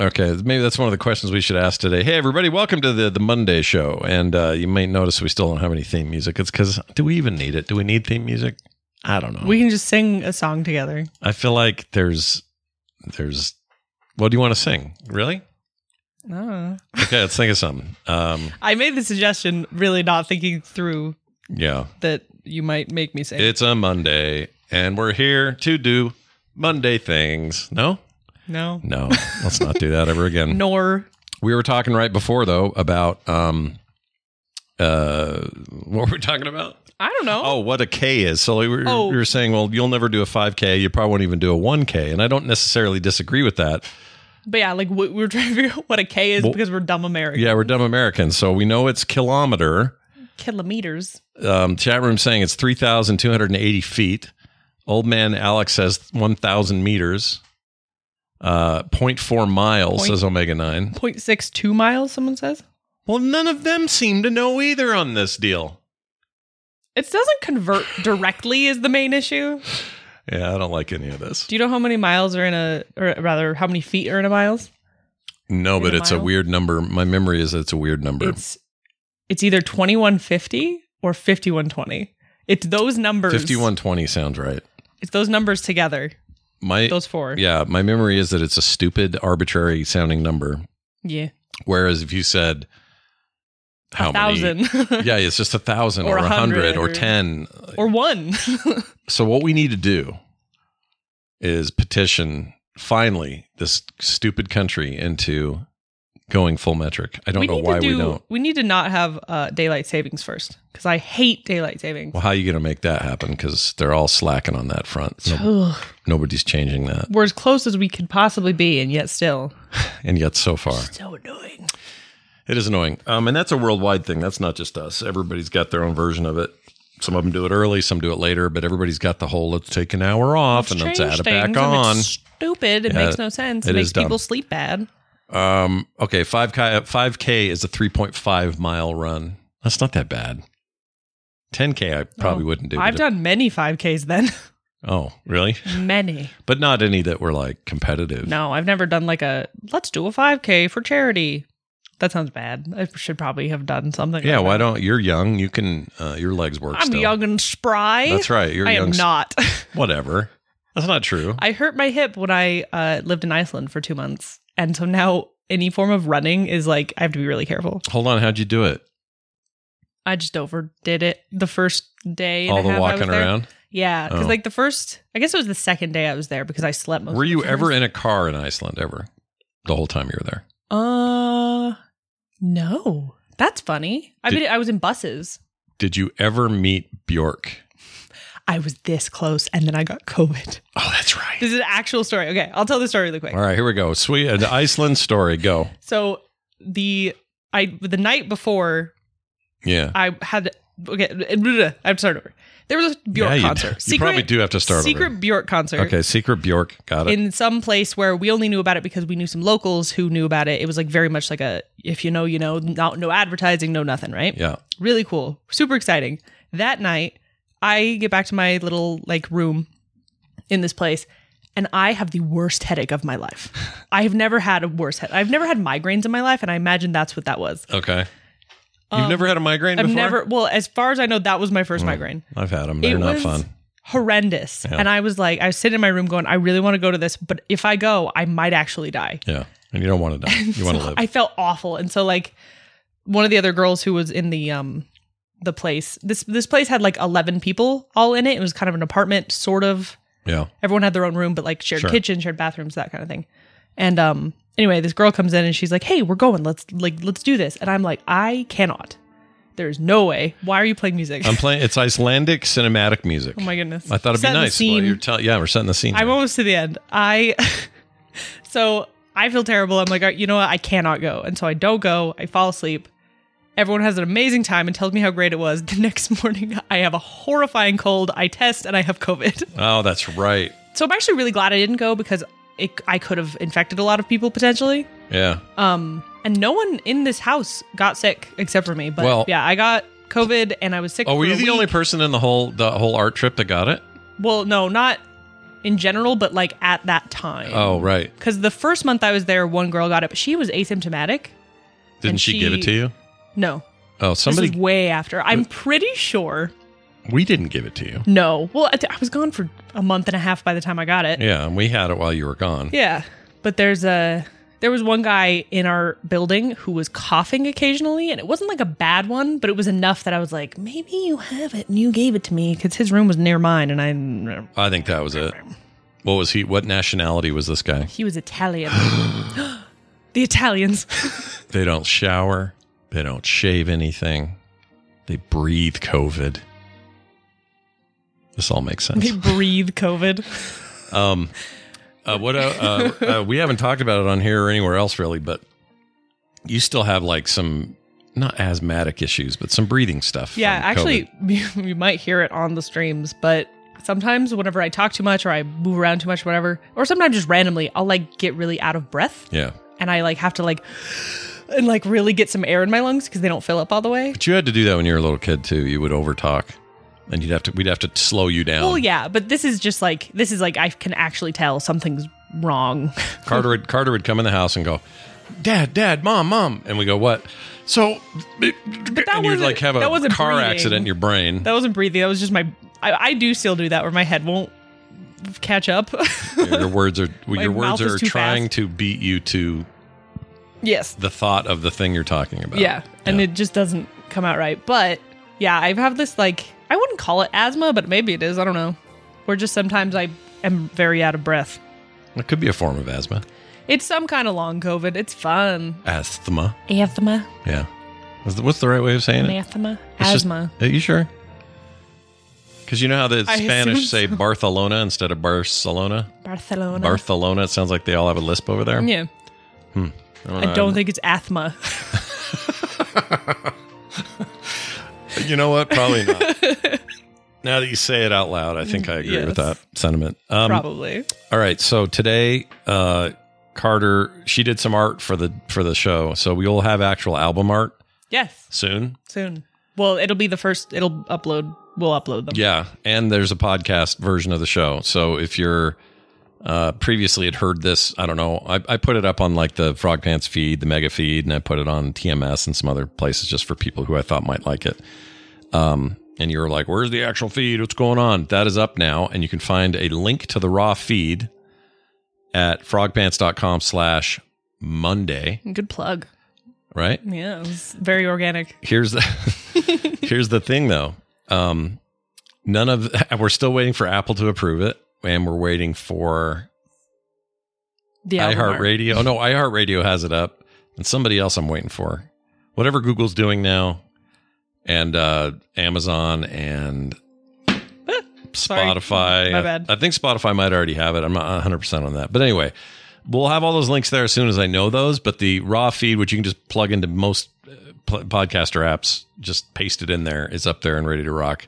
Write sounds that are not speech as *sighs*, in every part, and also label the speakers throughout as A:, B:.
A: Okay, maybe that's one of the questions we should ask today. Hey, everybody, welcome to the the Monday show. And uh, you might notice we still don't have any theme music. It's because do we even need it? Do we need theme music? I don't know.
B: We can just sing a song together.
A: I feel like there's there's what do you want to sing? Really?
B: Ah.
A: Okay, let's think of something. Um,
B: I made the suggestion, really not thinking through
A: yeah,
B: that you might make me sing.
A: it's a Monday, and we're here to do Monday things. No,
B: no,
A: no, let's not do that ever
B: *laughs*
A: again.
B: nor
A: We were talking right before though about um, uh, what were we talking about?
B: I don't know.
A: Oh, what a K is. So we were,
B: Oh.
A: we were saying, well, you'll never do a 5K. You probably won't even do a 1K. And I don't necessarily disagree with that.
B: But yeah, like we, we were *laughs* trying to figure out what a K is
A: Well-
B: because we're dumb Americans.
A: Yeah, we're dumb Americans. So we know it's kilometer.
B: Kilometers.
A: Um, chat room saying it's 3,280 feet. Old man Alex says 1,000 meters. Uh, 0.4 miles,
B: Point-
A: says Omega 9.
B: 0.62 miles, someone says.
A: Well, none of them seem to know either on this deal.
B: It doesn't
A: *laughs*
B: convert directly is the main issue.
A: Yeah, I don't like any of this.
B: Do you know how many miles are in a, or rather, how many feet are in a miles?
A: No, but
B: In a
A: it's a
B: mile?
A: weird number. My memory is it's a weird number.
B: It's it's either 2150 or 5120. It's those numbers.
A: 5120 sounds right.
B: It's those numbers together.
A: My
B: Those four.
A: Yeah, my memory is that it's a stupid, arbitrary sounding number.
B: Yeah.
A: Whereas if you said how
B: a thousand.
A: many, *laughs* yeah, it's just a thousand
B: Or
A: or a
B: a
A: hundred
B: hundred
A: or
B: or-
A: ten.
B: *laughs* or one.
A: So what we need to do is petition finally this stupid country into going full metric. I don't know
B: need
A: why
B: to do,
A: we don't.
B: We need to not have uh, daylight savings first because I hate daylight savings.
A: Well, how are you going to make that happen? Because they're all slacking on that front. No-
B: Ugh.
A: nobody's changing that,
B: We're as close as we could possibly be, and yet still
A: and yet so far.
B: so annoying.
A: It is annoying. Um, and that's a worldwide thing. That's not just us. Everybody's got their own version of it. Some of them do it early, some do it later, but everybody's got the whole let's take an hour off and let's add it back on.
B: stupid. It
A: Yeah,
B: makes no sense. It,
A: it
B: makes
A: is dumb.
B: people sleep bad.
A: Um, okay, 5K, 5K is a 3.5 mile run. That's not that bad. 10K, I probably
B: Oh,
A: wouldn't do.
B: I've
A: but-
B: done many 5Ks then. *laughs*
A: Oh, really?
B: many.
A: But not any that were like competitive.
B: No, I've never done like a let's do a 5K for charity. That sounds bad. I should probably have done something.
A: Yeah,
B: like
A: why
B: that.
A: don't you're young? You can, uh, your legs work
B: I'm
A: still.
B: young and spry.
A: That's right. You're
B: I
A: young.
B: am not. *laughs*
A: Whatever. That's not true.
B: I hurt my hip when I uh, lived in Iceland for two months, and so now any form of running is like I have to be really careful.
A: Hold on. How'd you do it?
B: I just overdid it the first day. and
A: All
B: a half
A: the
B: I was
A: walking
B: there.
A: around?
B: yeah. Because
A: Oh.
B: like the first, I guess it was the second day I was there because I slept most.
A: Were
B: of
A: you
B: the
A: ever
B: first-
A: in a car in Iceland ever? The whole time you were there.
B: Uh, no. That's funny. I
A: Did-
B: mean, I was in buses.
A: Did you ever meet Bjork?
B: I was this close, and then I got COVID. *laughs*
A: Oh, that's right.
B: This is an actual story. Okay, I'll tell the story really quick.
A: All right, here we go. Sweet an Iceland story. Go.
B: So the I the night before
A: Yeah.
B: I had okay. I'm sorry. over. There was a Bjork
A: yeah, you-
B: concert.
A: You, probably do have to start
B: secret Bjork concert.
A: over. Okay, secret Bjork. Got it.
B: In some place where we only knew about it because we knew some locals who knew about it. It was like very much like a if you know, you know, not, no advertising, no nothing, right?
A: yeah.
B: Really cool. Super exciting. That night, I get back to my little like room in this place and I have the worst headache of
A: *laughs*
B: my life. I have never had a worse head. I've never had migraines in my life and I imagine that's what that was.
A: Okay. You've never had a migraine
B: Um, I've
A: before? Mm.
B: never well, as far as I know that was my first migraine.
A: I've had them.
B: It
A: They're not
B: was
A: fun.
B: horrendous.
A: Yeah.
B: And I was like, I was sitting in my room going, I really want to go to this, but if I go, I might actually die.
A: Yeah. And you don't want to die. You want to
B: *laughs* So
A: live.
B: I felt awful. And so like one of the other girls who was in the um the place, this this place had like eleven people all in it. It was kind of an apartment, sort of.
A: yeah.
B: Everyone had their own room, but like shared
A: Sure.
B: kitchen, shared bathrooms, that kind of thing. And um anyway, this girl comes in and she's like, Hey, we're going. Let's like let's do this. And I'm like, I cannot. There's no way. Why are you playing music?
A: I'm playing it's Icelandic cinematic music.
B: *laughs* oh my goodness.
A: I thought it'd
B: Set
A: be
B: the
A: nice. Well,
B: scene.
A: you're tell- yeah, we're setting the scene.
B: I'm
A: here.
B: almost to the end. I *laughs* so I feel terrible. I'm like, "All right, you know what? I cannot go, and so I don't go. I fall asleep. Everyone has an amazing time and tells me how great it was. *laughs* The next morning, I have a horrifying cold. I test and I have COVID. *laughs*
A: oh, that's right.
B: So I'm actually really glad I didn't go because it, I could have infected a lot of people potentially.
A: Yeah.
B: Um, and no one in this house got sick except for me. But
A: Well-
B: yeah, I got COVID and I was sick.
A: Oh, were
B: for
A: you
B: a
A: the
B: week.
A: only person in the whole the whole art trip that got it?
B: Well, no, not in general, but like at that time.
A: Oh, right.
B: Because the first month I was there, one girl got it, but she was asymptomatic.
A: Didn't
B: And
A: she, give it to
B: she-
A: you?
B: No,
A: Oh, somebody.
B: this is way after. I'm pretty sure.
A: we didn't give it to you.
B: No, well, I, th- I was gone for a month and a half by the time I got it.
A: Yeah, and we had it while you were gone.
B: Yeah. But there's a there was one guy in our building who was coughing occasionally and it wasn't like a bad one, but it was enough that I was like, maybe you have it and you gave it to me cuz his room was near mine and I
A: I think that was it. What was he? What nationality was this guy?
B: he was Italian. *gasps* the Italians. *laughs*
A: They don't shower. They don't shave anything. They breathe COVID. This all makes sense.
B: *laughs* they breathe COVID.
A: Um, uh, what uh, uh, uh, we haven't talked about it on here or anywhere else really, but you still have like some not asthmatic issues, but some breathing stuff.
B: Yeah,
A: from
B: actually you, *laughs* you might hear it on the streams, but sometimes whenever I talk too much or I move around too much whatever, or sometimes just randomly, I'll like get really out of breath
A: COVID. yeah.
B: and I like have to like *sighs* and like really get some air in my lungs because they don't fill up all the way.
A: But you had to do that when you were a little kid too. You would overtalk, and you'd have to. We'd have to slow you down.
B: Well, yeah, but this is just like this is like I can actually tell something's wrong. *laughs*
A: Carter would Carter would come in the house and go, "Dad, Dad, Mom, Mom," and we go, "What?" So, and you'd
B: wasn't-
A: like have a
B: that
A: car
B: wasn't breathing.
A: accident in your brain.
B: That wasn't breathing. That was just my. I, I do still do that where my head won't catch up. *laughs*
A: your words are your words
B: mouth is
A: are
B: too
A: trying
B: fast.
A: to beat you to
B: yes.
A: the thought of the thing you're talking about.
B: Yeah, and it just doesn't come out right. But yeah, I have this like I wouldn't call it asthma, but maybe it is. I don't know. Or just sometimes I am very out of breath.
A: It could be a form of asthma.
B: It's some kind of long COVID. It's fun.
A: Asthma.
B: Asthma.
A: Yeah. Is the- What's the right way of saying it?
B: Anathema.
A: It's just-
B: Asthma.
A: are you sure? Because you know how the
B: I assume
A: Spanish say
B: so.
A: Barcelona instead of Barcelona?
B: Barcelona.
A: Barcelona. It sounds like they all have a lisp over there. Oh,
B: yeah. I
A: know.
B: don't think it's asthma.
A: You know what? Probably not.
B: *laughs*
A: now that you say it out loud, I think I agree with that
B: Yes.
A: sentiment. Um,
B: *laughs* Probably.
A: All right. So today, uh, Carter, she did some art for the for the show. So we will have actual album art
B: Yes.
A: soon.
B: Soon. Well, it'll be the first it'll upload we'll upload them.
A: Yeah, and there's a podcast version of the show. So if you're uh, previously had heard this, I don't know. I, I put it up on like the Frog Pants feed, the Mega feed, and I put it on TMS and some other places just for people who I thought might like it. Um, and you were like, "Where's the actual feed? What's going on?" That is up now, and you can find a link to the raw feed at frogpants.com/slash Monday.
B: Good plug.
A: Right?
B: Yeah. It was very *laughs* organic.
A: here's the *laughs* here's the thing though. Um, none of *laughs* we're still waiting for Apple to approve it, and we're waiting for
B: The album art.
A: iHeartRadio. Oh no, iHeartRadio has it up, and somebody else I'm waiting for. Whatever Google's doing now, and uh, Amazon and
B: Eh, Sorry.
A: Spotify.
B: My bad.
A: I think Spotify might already have it. I'm not 100 percent on that, but anyway. We'll have all those links there as soon as I know those, but the raw feed, which you can just plug into most uh, pl- podcaster apps, just paste it in there, is up there and ready to rock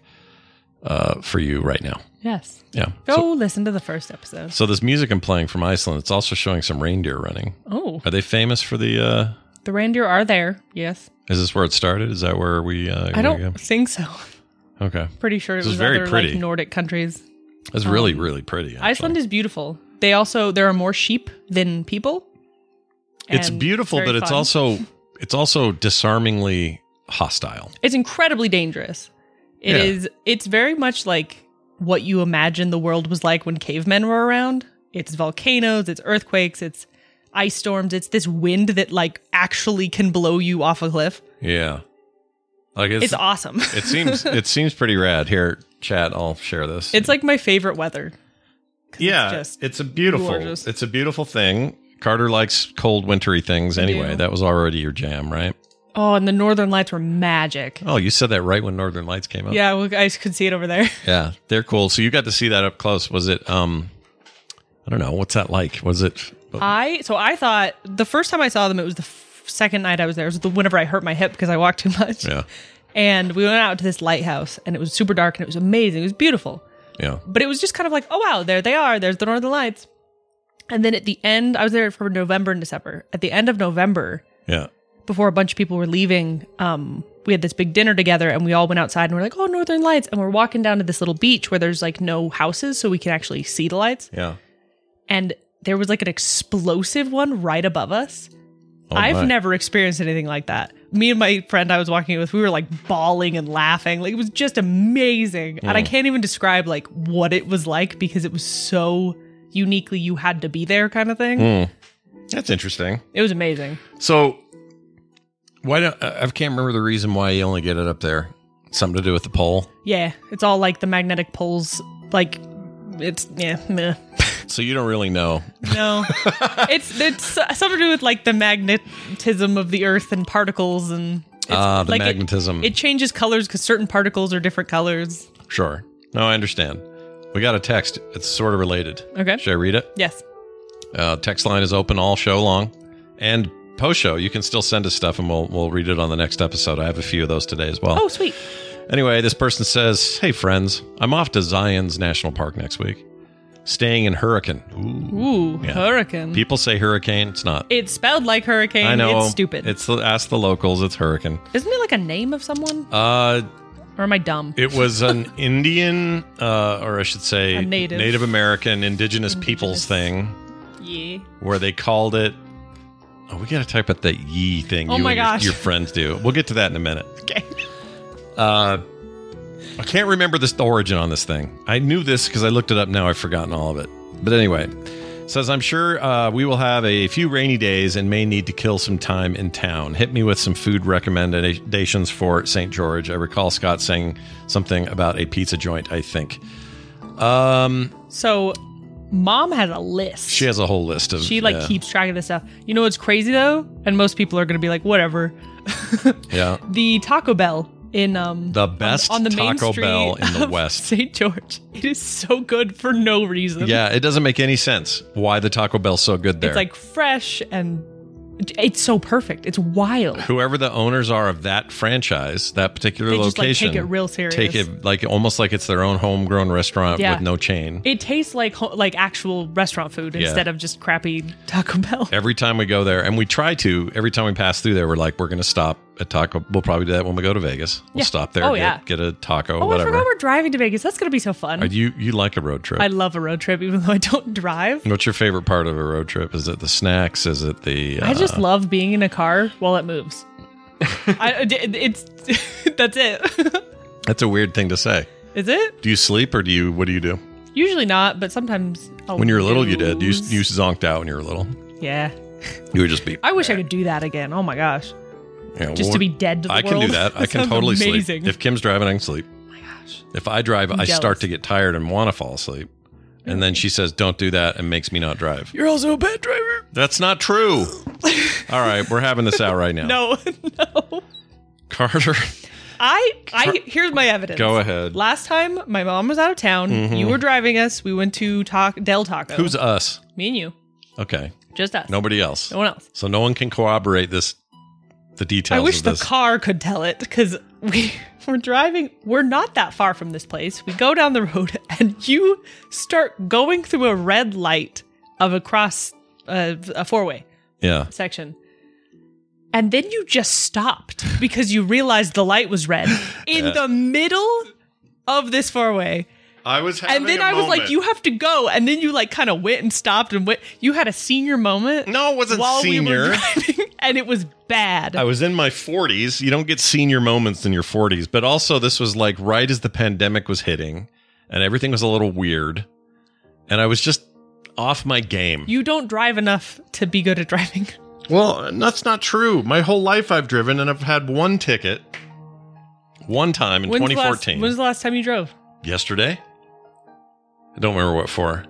A: uh, for you right now.
B: Yes.
A: Yeah.
B: Go
A: So,
B: listen to the first episode.
A: so this music I'm playing from Iceland, it's also showing some reindeer running.
B: Oh.
A: Are they famous for the? Uh,
B: The reindeer are there. Yes.
A: is this where it started? Is that where we? Uh,
B: I don't
A: go?
B: think so. *laughs*
A: Okay,
B: Pretty sure it
A: This
B: was,
A: is very
B: other
A: pretty.
B: like Nordic countries.
A: that's really
B: Um,
A: really pretty. actually.
B: Iceland is beautiful. They also there are more sheep than people.
A: It's
B: and
A: beautiful,
B: very
A: but it's
B: fun. *laughs*
A: also it's also disarmingly hostile.
B: it's incredibly dangerous. It
A: Yeah.
B: is. It's very much like what you imagine the world was like when cavemen were around. It's volcanoes, it's earthquakes, it's ice storms, it's this wind that like actually can blow you off a cliff.
A: Yeah, like it's, *laughs*
B: It's, awesome.
A: it seems it seems pretty rad. Here, chat, I'll share this.
B: *laughs* It's like my favorite weather. 'Cause
A: yeah,
B: It's just
A: it's a beautiful
B: gorgeous.
A: it's a beautiful thing. Carter likes cold wintry things
B: I do.
A: anyway. That was already your jam, right?
B: oh, and the northern lights were magic.
A: Oh, you said that right when Northern Lights came up.
B: Yeah, well, I could see it over there.
A: Yeah, they're cool. So you got to see that up close. Was it um I don't know, what's that like? Was it
B: *laughs* I so I thought the first time I saw them, it was the f- second night I was there. It was the whenever I hurt my hip because I walked too much.
A: Yeah.
B: And we went out to this lighthouse, and it was super dark, and it was amazing. It was beautiful,
A: Yeah.
B: but it was just kind of like, oh wow, there they are. There's the northern lights. And then at the end, I was there for November and December. At the end of November,
A: Yeah.
B: before a bunch of people were leaving, um, we had this big dinner together and we all went outside and we're like, oh, Northern Lights. And we're walking down to this little beach where there's like no houses, so we can actually see the lights.
A: Yeah.
B: And there was like an explosive one right above us.
A: Oh,
B: I've
A: my.
B: never experienced anything like that. Me and my friend I was walking with, we were like bawling and laughing. Like it was just amazing. And I
A: Mm.
B: can't even describe like what it was like because it was so uniquely you had to be there kind of thing.
A: Hmm. That's interesting.
B: It was amazing.
A: So, why don't I I can't remember the reason why you only get it up there? Something to do with the pole.
B: Yeah, it's all like the magnetic poles. Like it's yeah, meh.
A: So you don't really know. *laughs*
B: no. it's it's something to do with like the magnetism of the Earth and particles and it's,
A: Ah, the
B: like, it-
A: magnetism.
B: It, changes colors because certain particles are different colors.
A: sure. No, I understand. We got a text. It's sort of related.
B: Okay.
A: Should I read it?
B: Yes.
A: Uh, text line is open all show long, and post show you can still send us stuff, and we'll we'll read it on the next episode. I have a few of those today as well.
B: Oh, sweet.
A: Anyway, this person says, "Hey friends, I'm off to Zion's National Park next week, staying in Hurricane. Ooh.
B: Ooh,
A: Yeah.
B: hurricane.
A: People say hurricane. It's not.
B: it's spelled like hurricane.
A: I know.
B: It's stupid.
A: It's the, ask the locals. It's hurricane.
B: Isn't it like a name of someone?
A: Uh,
B: Or am I dumb?
A: it was *laughs* an Indian, uh, or I should say,
B: A native.
A: American, indigenous, peoples thing
B: yeah.
A: where they called it. Oh, we got to type out that ye thing.
B: Oh
A: you
B: my
A: and your-
B: gosh.
A: Your, friends do. We'll get to that in a minute.
B: Okay.
A: Uh, I can't remember this, the origin on this thing. I knew this because I looked it up. Now I've forgotten all of it. But anyway, it says I'm sure uh, we will have a few rainy days and may need to kill some time in town. Hit me with some food recommendations for St. George. I recall Scott saying something about a pizza joint. I think um,
B: So, mom has a list.
A: she has a whole list of.
B: She, like
A: yeah,
B: keeps track of this stuff. You know what's crazy though, and most people are gonna be like, whatever.
A: yeah
B: The Taco Bell in um
A: the best
B: on the main
A: Taco
B: street
A: Bell in the
B: of
A: West.
B: St. George. It is so good for no reason.
A: Yeah, it doesn't make any sense why the Taco Bell's so good there.
B: It's like fresh and it's so perfect. It's wild.
A: whoever the owners are of that franchise, that particular
B: They just, like,
A: location,
B: take it real serious.
A: take it like almost like it's their own homegrown restaurant
B: Yeah.
A: with no chain.
B: It tastes like ho- like actual restaurant food
A: Yeah.
B: instead of just crappy Taco Bell.
A: every time we go there, and we try to every time we pass through there, we're like, we're gonna stop at Taco. We'll probably do that when we go to Vegas. We'll
B: Yeah.
A: stop there,
B: Oh,
A: get,
B: yeah.
A: get a taco,
B: Oh, I
A: whatever.
B: forgot we're driving to Vegas. That's gonna be so fun.
A: Are you you like a road trip?
B: I love a road trip, even though I don't drive.
A: What's your favorite part of a road trip? Is it the snacks? Is it the? Uh,
B: I just love being in a car while it
A: *laughs*
B: moves. I, it- it's *laughs* that's it. *laughs*
A: that's a weird thing to say.
B: Is it?
A: Do you sleep or do you? What do you do?
B: Usually not, but sometimes. I'll
A: When you were little, you did. You
B: lose.
A: you zonked out when you were little.
B: yeah.
A: You would just be.
B: I wish I could do that again. Oh my gosh,
A: you know,
B: just to
A: well,
B: be dead to the
A: I
B: world.
A: can do
B: *laughs*
A: that. I can
B: sounds
A: totally
B: amazing.
A: sleep. If Kim's driving, I can sleep.
B: oh my gosh,
A: If I drive, I start
B: jealous.
A: to get tired and want to fall asleep. And then she says, "Don't do that," and makes me not drive.
B: you're also a bad driver.
A: That's not true.
B: *laughs*
A: All right, we're having this out right now.
B: No, *laughs* no. *laughs*
A: Carter,
B: I, I. Here's my evidence.
A: go ahead.
B: Last time, my mom was out of town. You were driving us. We went to talk Del Taco.
A: Who's us?
B: me and you?
A: Okay,
B: Just us.
A: nobody else.
B: No one else.
A: So no one can corroborate this. The details.
B: I wish
A: of
B: the
A: this.
B: car could tell it because we *laughs* we're driving. We're not that far from this place. We go down the road *laughs* and you start going through a red light of a cross uh, a four way
A: yeah.
B: section. And then you just stopped because you realized the light was red in the middle of this four way.
A: I was.
B: And then I was like, you have to go. And then you like kind of went and stopped and went. You had a senior moment.
A: No, it wasn't
B: while we
A: senior.
B: were *laughs* driving, and it was bad.
A: I was in my 40s. You don't get senior moments in your 40s, but also this was like right as the pandemic was hitting and everything was a little weird. And I was just off my game.
B: You don't drive enough to be good at driving.
A: well, that's not true. My whole life I've driven and I've had one ticket one time in
B: When's the last-
A: 2014.
B: when's the last time you drove?
A: Yesterday? I don't remember what for.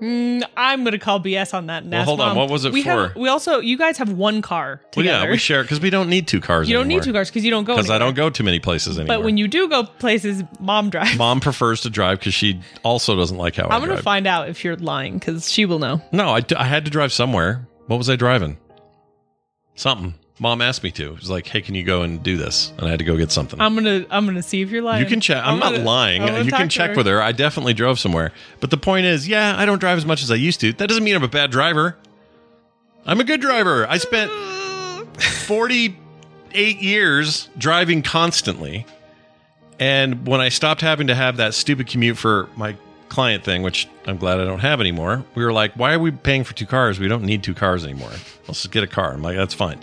B: Mm, I'm gonna call BS on that. And
A: Well,
B: ask
A: hold on.
B: Mom.
A: What was it
B: we
A: for?
B: Have, we also, you guys have one car
A: Well,
B: together.
A: yeah, we share because we don't need two cars
B: you don't need two cars because you don't go.
A: Because I
B: anywhere.
A: don't go too many places anymore.
B: But when you do go places, Mom drives.
A: Mom prefers to drive because she also doesn't like how I
B: I'm gonna
A: drive.
B: find out if you're lying because she will know.
A: No, I, I had to drive somewhere. What was I driving? Something. Mom asked me to. It was like, hey, can you go and do this? And I had to go get something.
B: I'm gonna I'm gonna see if you're lying.
A: you can check. I'm, not
B: gonna-
A: lying.
B: I'm gonna
A: You
B: talk
A: can
B: to
A: check with her. I definitely drove somewhere. But the point is, yeah, I don't drive as much as I used to. That doesn't mean I'm a bad driver. I'm a good driver. I spent 48 years driving constantly. And when I stopped having to have that stupid commute for my client thing, which I'm glad I don't have anymore, we were like, why are we paying for two cars? We don't need two cars anymore. Let's just get a car. I'm like, that's fine.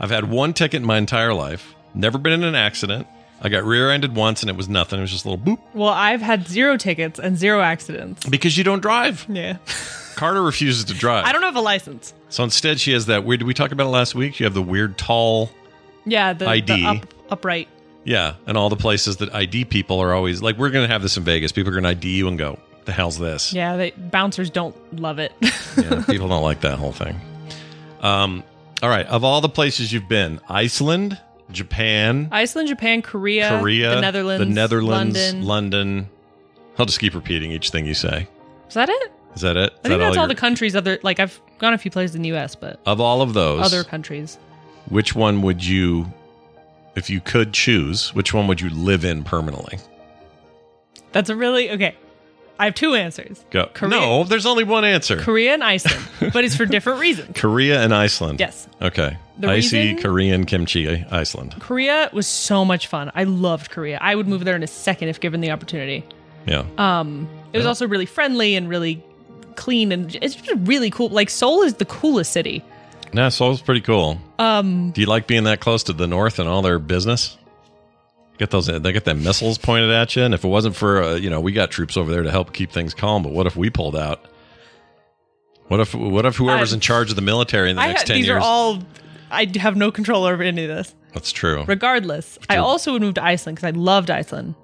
A: I've had one ticket in my entire life, never been in an accident. I got rear ended once and it was nothing. It was just a little boop
B: Well, I've had zero tickets and zero accidents.
A: because you don't drive.
B: Yeah.
A: Carter refuses to drive.
B: *laughs* I don't have a license.
A: So instead, she has that weird. Did we talk about it last week? You have the weird tall.
B: Yeah, the,
A: ID.
B: the up, upright.
A: Yeah. And all the places that ID people are always like, we're going to have this in Vegas. People are going to ID you and go, the hell's this?
B: Yeah, they, bouncers don't love it.
A: Yeah, people don't like that whole thing. Um, all right. Of all the places you've been, Iceland, Japan,
B: *laughs* Iceland, Japan, Korea,
A: Korea,
B: Uh, the Netherlands,
A: the Netherlands,
B: London.
A: London. I'll just keep repeating each thing you say.
B: Is that it?
A: Is that it? Is
B: I think
A: that
B: that's all,
A: your-
B: the countries. Other like I've gone a few places in the U.S., but
A: of all of those,
B: other countries.
A: which one would you, if you could choose, which one would you live in permanently?
B: That's a really okay. I have two answers:
A: Go.
B: Korea-
A: No, there's only one answer.
B: Korea and
A: *laughs*
B: Iceland, but it's for different reasons.
A: Korea and Iceland.
B: Yes,
A: Okay.
B: The
A: Icy
B: reason-
A: Korean kimchi Iceland.
B: Korea was so much fun. I loved Korea. I would move there in a second if given the opportunity.
A: Yeah.
B: Um, it was
A: Yeah.
B: also really friendly and really clean, and it's just really cool. Like Seoul is the coolest city.
A: No, Seoul's pretty cool.
B: Um,
A: Do you like being that close to the north and all their business? Get those. They get them missiles pointed at you, and if it wasn't for uh, you know we got troops over there to help keep things calm, but what if we pulled out? What if what if whoever's
B: I-
A: in charge of the military in the
B: I
A: next
B: ha-
A: ten
B: these
A: years?
B: are all. I have no control over any of this.
A: That's true.
B: Regardless, I
A: True.
B: also would move to Iceland because I loved Iceland,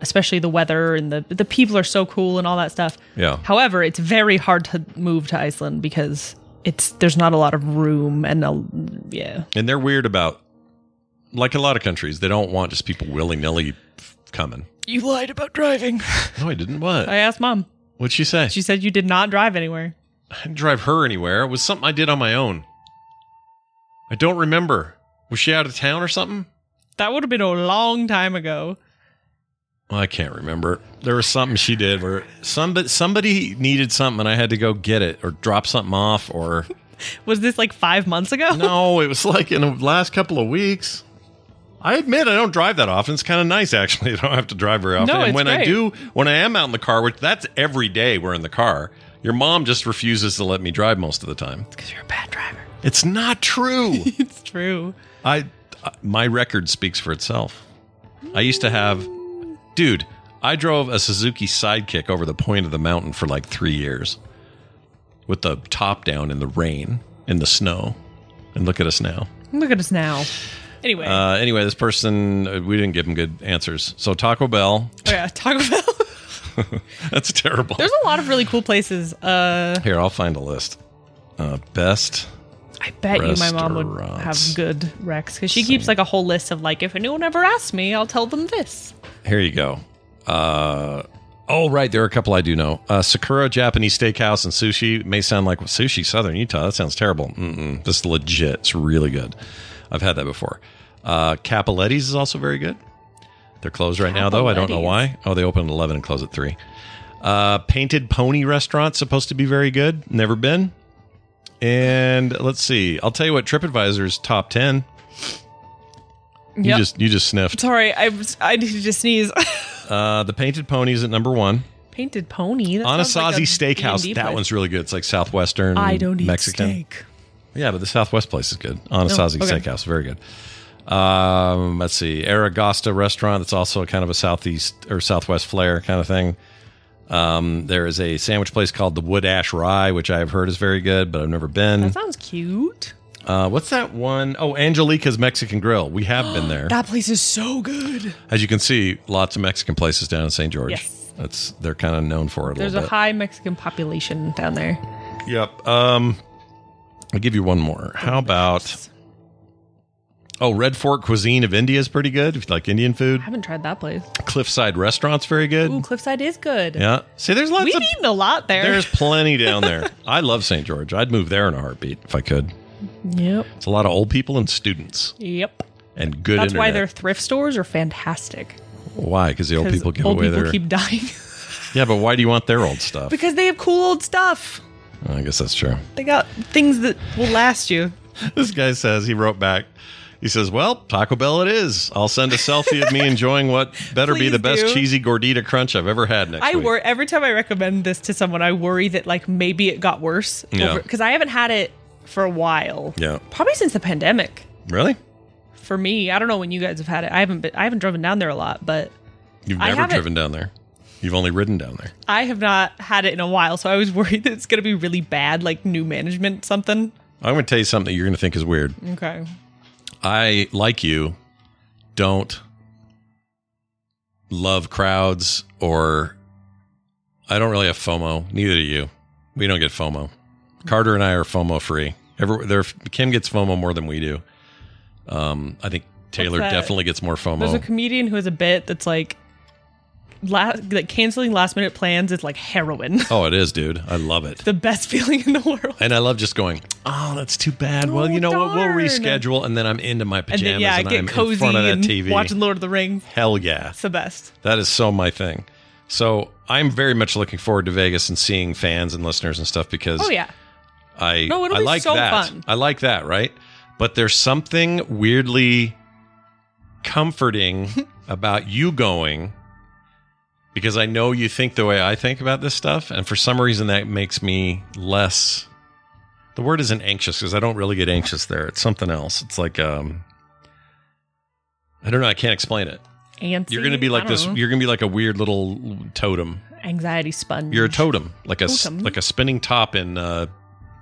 B: especially the weather and the the people are so cool and all that stuff.
A: Yeah.
B: However, it's very hard to move to Iceland because it's there's not a lot of room and a, yeah.
A: And they're weird about, like a lot of countries, they don't want just people willy nilly coming.
B: You lied
A: *laughs*
B: about driving.
A: No, I didn't. What?
B: I asked mom.
A: What'd she say?
B: She said you did not drive anywhere.
A: I didn't drive her anywhere. It was something I did on my own. I don't remember. Was she out of town or something?
B: That would have been a long time ago.
A: Well, I can't remember. There was something she did where somebody somebody needed something and I had to go get it or drop something off or *laughs*
B: Was this like five months ago?
A: no, it was like in the last couple of weeks. I admit I don't drive that often. It's kind of nice actually. *laughs* I don't have to drive very often.
B: No,
A: and
B: it's
A: when I
B: great.
A: do, when I am out in the car, which that's every day we're in the car. Your mom just refuses to let me drive most of the time.
B: Because you're a bad driver.
A: It's not true.
B: *laughs* It's true.
A: I, I my record speaks for itself. I used to have dude, I drove a Suzuki Sidekick over the point of the mountain for like 3 years with the top down in the rain in the snow. And look at us now.
B: Look at us now. Anyway,
A: Uh, anyway, this person uh, we didn't give him good answers. So Taco Bell, *laughs*
B: oh yeah, Taco Bell. *laughs*
A: that's terrible.
B: There's a lot of really cool places. Uh,
A: Here, I'll find a list. Uh, best
B: I bet you my mom would have
A: Restaurants.
B: good recs because she keeps like a whole list of like if anyone ever asks me, I'll tell them this.
A: Here you go. Uh, oh, right. There are a couple I do know. Uh, Sakura Japanese Steakhouse and Sushi It may sound like sushi, Southern Utah. That sounds terrible. Mm-mm, this is legit. It's really good. I've had that before. Uh, Capoletti's is also very good. They're closed right now, though. I don't know why. Oh, they open at 11 and close at 3. Uh, Painted Pony Restaurant, supposed to be very good. Never been. And let's see. I'll tell you what TripAdvisor's top 10. You
B: Yep.
A: just you just sniffed.
B: Sorry, I was- I need to just sneeze. *laughs*
A: Uh, the Painted Pony's at number 1.
B: Painted pony. That sounds like a
A: Anasazi Steakhouse.
B: D&D
A: That
B: place.
A: one's really good. It's like Southwestern.
B: I don't eat
A: Mexican.
B: steak. Oh,
A: Yeah, but the Southwest place is good. Anasazi
B: okay.
A: Steakhouse, very good. Um, let's see, Aragosta Restaurant. That's also kind of a southeast or Southwest flair kind of thing. Um, there is a sandwich place called the Wood Ash Rye, which I have heard is very good, but I've never been.
B: That sounds cute.
A: Uh, what's that one? Oh, Angelica's Mexican Grill. We have
B: *gasps*
A: been there.
B: That place is so good.
A: As you can see, lots of Mexican places down in St. George.
B: Yes.
A: That's they're kind of known for it.
B: There's
A: a little
B: a
A: bit.
B: high Mexican population down there.
A: Yep. Um, I'll give you one more. How about? Oh, Red Fork Cuisine of India is pretty good. If you like Indian food,
B: I haven't tried that place.
A: Cliffside Restaurant's very good.
B: Ooh, Cliffside is good.
A: Yeah. See, there's lots
B: We've
A: of.
B: eaten a lot
A: *laughs*
B: there.
A: There's plenty down
B: *laughs*
A: there. I love St. George. I'd move there in a heartbeat if I could.
B: yep.
A: It's a lot of old people and students
B: Yep.
A: and good.
B: That's why their
A: internet.
B: thrift stores are fantastic.
A: Why? Because the old
B: 'Cause
A: people give
B: old
A: away
B: people
A: their.
B: keep dying *laughs*
A: yeah, but why do you want their old stuff?
B: because they have cool old stuff.
A: I guess that's true.
B: They got things that will last you.
A: this guy says he wrote back He says, "Well, Taco Bell, it is. I'll send a selfie of
B: *laughs*
A: me enjoying what better be
B: Please
A: the best
B: do.
A: cheesy gordita crunch I've ever had next
B: I
A: week."
B: worry every time I recommend this to someone, I worry that like maybe it got worse.
A: Yeah.
B: Because I haven't had it for a while.
A: Yeah.
B: Probably since the pandemic.
A: Really?
B: For me, I don't know when you guys have had it. I haven't been, I haven't driven down there a lot, but
A: You've
B: I
A: never
B: haven't-
A: driven down there. You've only ridden down there.
B: I have not had it in a while, so I was *laughs* worried that it's gonna be really bad, like new management something.
A: I'm going to tell you something that you're going to think is weird.
B: Okay.
A: I, like you, don't love crowds or I don't really have FOMO. Neither do you. We don't get FOMO. Carter and I are FOMO free. Every, there, Kim gets FOMO more than we do. Um, I think Taylor
B: that?
A: definitely gets more FOMO.
B: There's a comedian who has a bit that's like la- like canceling last minute plans is like heroin. *laughs*
A: oh, it is, dude. I love it.
B: the best feeling in the world.
A: And I love just going, oh, that's too bad. well,
B: Oh,
A: you know what? We'll
B: darn.
A: reschedule. And then I'm into my
B: And
A: pajamas
B: then
A: and,
B: yeah, I
A: I'm
B: get
A: in
B: cozy
A: front of that
B: and
A: TV.
B: watching Lord of the Rings.
A: Hell yeah.
B: It's the best.
A: That is so my thing. So I'm very much looking forward to Vegas and seeing fans and listeners and stuff because
B: Oh yeah.
A: I
B: No, it'll
A: I
B: be
A: like
B: so
A: that.
B: fun.
A: I like that, right? But there's something weirdly
B: *laughs*
A: comforting about you going because I know you think the way I think about this stuff, and for some reason that makes me less. The word isn't anxious because I don't really get anxious there. It's something else. It's like um, I don't know. I can't explain it.
B: And
A: You're gonna be like this. You're gonna be like a weird little totem.
B: anxiety sponge.
A: You're a totem, like a s-
B: Mm. Totem.
A: like a spinning top in uh,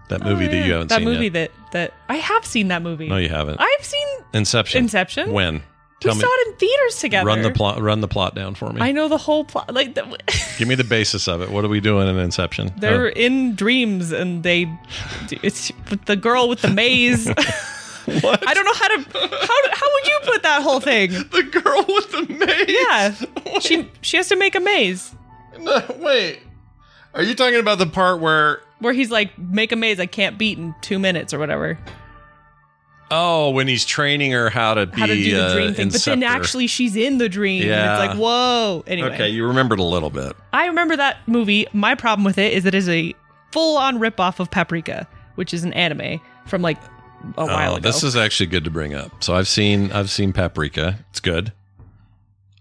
A: that
B: Oh,
A: movie that
B: yeah.
A: you haven't
B: that
A: seen
B: movie
A: yet.
B: that that I have seen that movie.
A: no, you haven't.
B: I've seen
A: Inception.
B: Inception.
A: When?
B: we saw it in theaters together.
A: Run the plot. Run the plot down for me.
B: I know the whole plot. Like the, *laughs*
A: Give me the basis of it. What are we doing in Inception?
B: they're
A: Uh,
B: in dreams and they. It's with the girl with the maze.
A: *laughs* what?
B: I don't know how to. How how would you put that whole thing?
A: the girl with the maze.
B: Yeah.
A: Wait,
B: She she has to make a maze
A: *laughs* no, wait. Are you talking about the part where?
B: where he's like, make a maze I can't beat in two minutes or whatever.
A: Oh, when he's training her how to be
B: how to do the
A: uh,
B: dream thing, but then
A: inceptor.
B: actually she's in the dream.
A: Yeah.
B: And it's like, whoa. Anyway,
A: Okay, you remembered a little bit.
B: I remember that movie. My problem with it is it is a full on ripoff of Paprika, which is an anime from like a while
A: Oh,
B: ago.
A: This is actually good to bring up. So I've seen I've seen Paprika. It's good.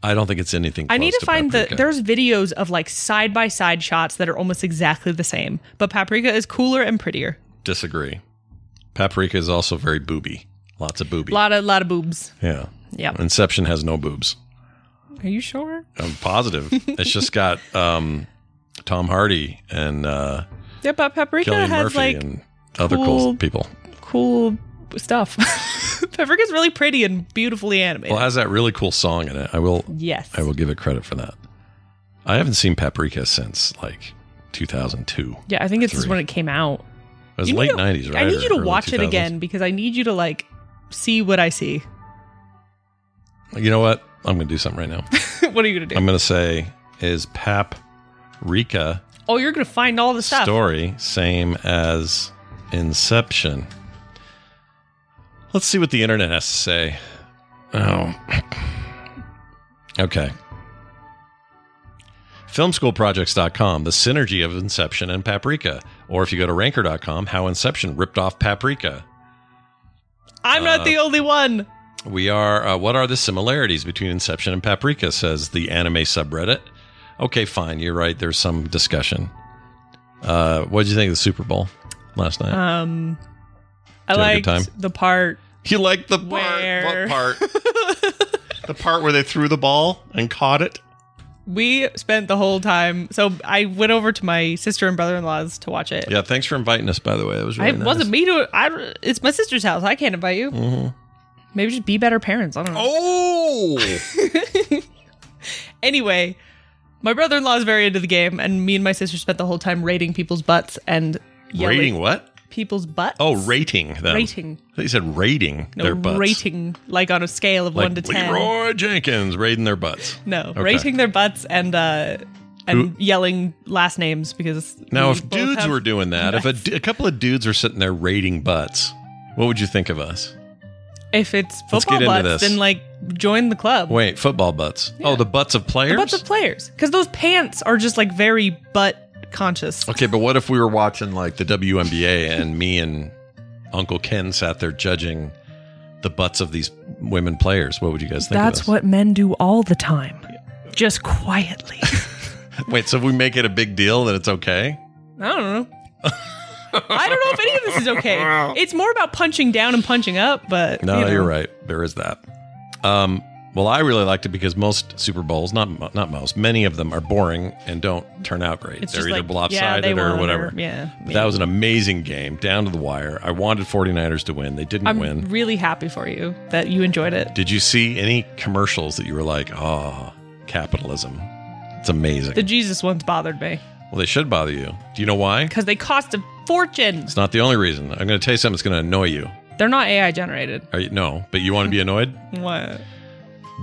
A: I don't think it's anything.
B: I need
A: close
B: to find the
A: Paprika.
B: there's videos of like side by side shots that are almost exactly the same, but Paprika is cooler and prettier.
A: disagree. Paprika is also very booby. Lots of booby.
B: A lot of lot of boobs.
A: yeah.
B: Yeah.
A: Inception has no boobs.
B: Are you sure?
A: I'm
B: *laughs*
A: positive. it's just got um, Tom Hardy and uh,
B: Yeah, but Paprika
A: Killian
B: has
A: Murphy
B: like
A: and other cool
B: cool-
A: people.
B: cool stuff. *laughs* Paprika's really pretty and beautifully animated.
A: Well, it has that really cool song in it. I will
B: yes.
A: I will give it credit for that. I haven't seen Paprika since like 2002. It
B: Yeah, I think it's
A: Three.
B: when it came out.
A: was
B: You need
A: late
B: to-
A: 90s, right?
B: I need
A: or
B: you to
A: early
B: watch it
A: 2000s.
B: again because I need you to like see what I see. *laughs*
A: You know what? I'm going to do something right now.
B: what are you gonna do?
A: I'm going to say, is Pap Rika
B: oh, you're gonna find all the stuff.
A: story same as Inception? Let's see what the internet has to say. Oh. Okay. Filmschoolprojects.com, the synergy of Inception and Paprika. Or if you go to ranker.com, how Inception ripped off Paprika.
B: I'm
A: Uh,
B: not the only one.
A: We are. Uh, what are the similarities between Inception and Paprika? Says the anime subreddit. Okay, fine. You're right. There's some discussion. Uh, what did you think of the Super Bowl last night?
B: Um, I
A: Did you have a good
B: liked
A: time?
B: the part.
A: you liked the
B: where-
A: part? *laughs* the part where they threw the ball and caught it.
B: We spent the whole time. So I went over to my sister and brother in laws to watch it.
A: Yeah. Thanks for inviting us. By the way, it was.
B: I
A: Really
B: it wasn't
A: nice.
B: me to. I, it's my sister's house. I can't invite you.
A: Mhm.
B: Maybe just be better parents. I don't know. *laughs*
A: Oh.
B: Anyway, my brother in law is very into the game, and me and my sister spent the whole time rating people's butts and yelling
A: rating what?
B: people's butts.
A: Oh, rating them.
B: rating.
A: They said rating
B: No,
A: their butts.
B: rating like on a scale of
A: Like
B: one to ten.
A: Leroy Jenkins rating their butts.
B: No,
A: Okay.
B: rating their butts and uh and
A: Who-
B: yelling last names because
A: Now,
B: we
A: if
B: both
A: dudes
B: have-
A: were doing that, if a, d- a couple of dudes are sitting there rating butts, what would you think of us?
B: if it's
A: Let's
B: football
A: get into
B: butts,
A: this.
B: then like join the club.
A: Wait, football butts. Oh, the butts of players?
B: The butts of players because those pants are just like very butt conscious.
A: okay, but what if we were watching like the WNBA and me and Uncle Ken sat there judging the butts of these women players. What would you guys think? of
B: That's
A: this?
B: what men do all the time, just quietly.
A: Wait, so if we make it a big deal that it's okay?
B: *laughs* I don't know. I don't know if any of this
A: *laughs*
B: is okay. It's more about punching down and punching up, but
A: No,
B: you know.
A: you're right. There is that. Um, well, I really liked it because most Super Bowls, not mo- not most, many of them are boring and don't turn out great.
B: It's
A: They're
B: just
A: either
B: like, yeah,
A: blopsided
B: they
A: or
B: won
A: whatever.
B: yeah, yeah.
A: That was an amazing game, down to the wire. I wanted 49ers to win. They didn't
B: I'm
A: win.
B: really happy for you that you enjoyed it.
A: Did you see any commercials that you were like, oh, capitalism? It's amazing.
B: The Jesus ones bothered me
A: well, they should bother you. Do you know why?
B: because they cost a fortune.
A: It's not the only reason. I'm going to tell you something that's going to annoy you.
B: They're not AI generated.
A: Are you. No, but you want
B: Mm-hmm.
A: to be annoyed?
B: What?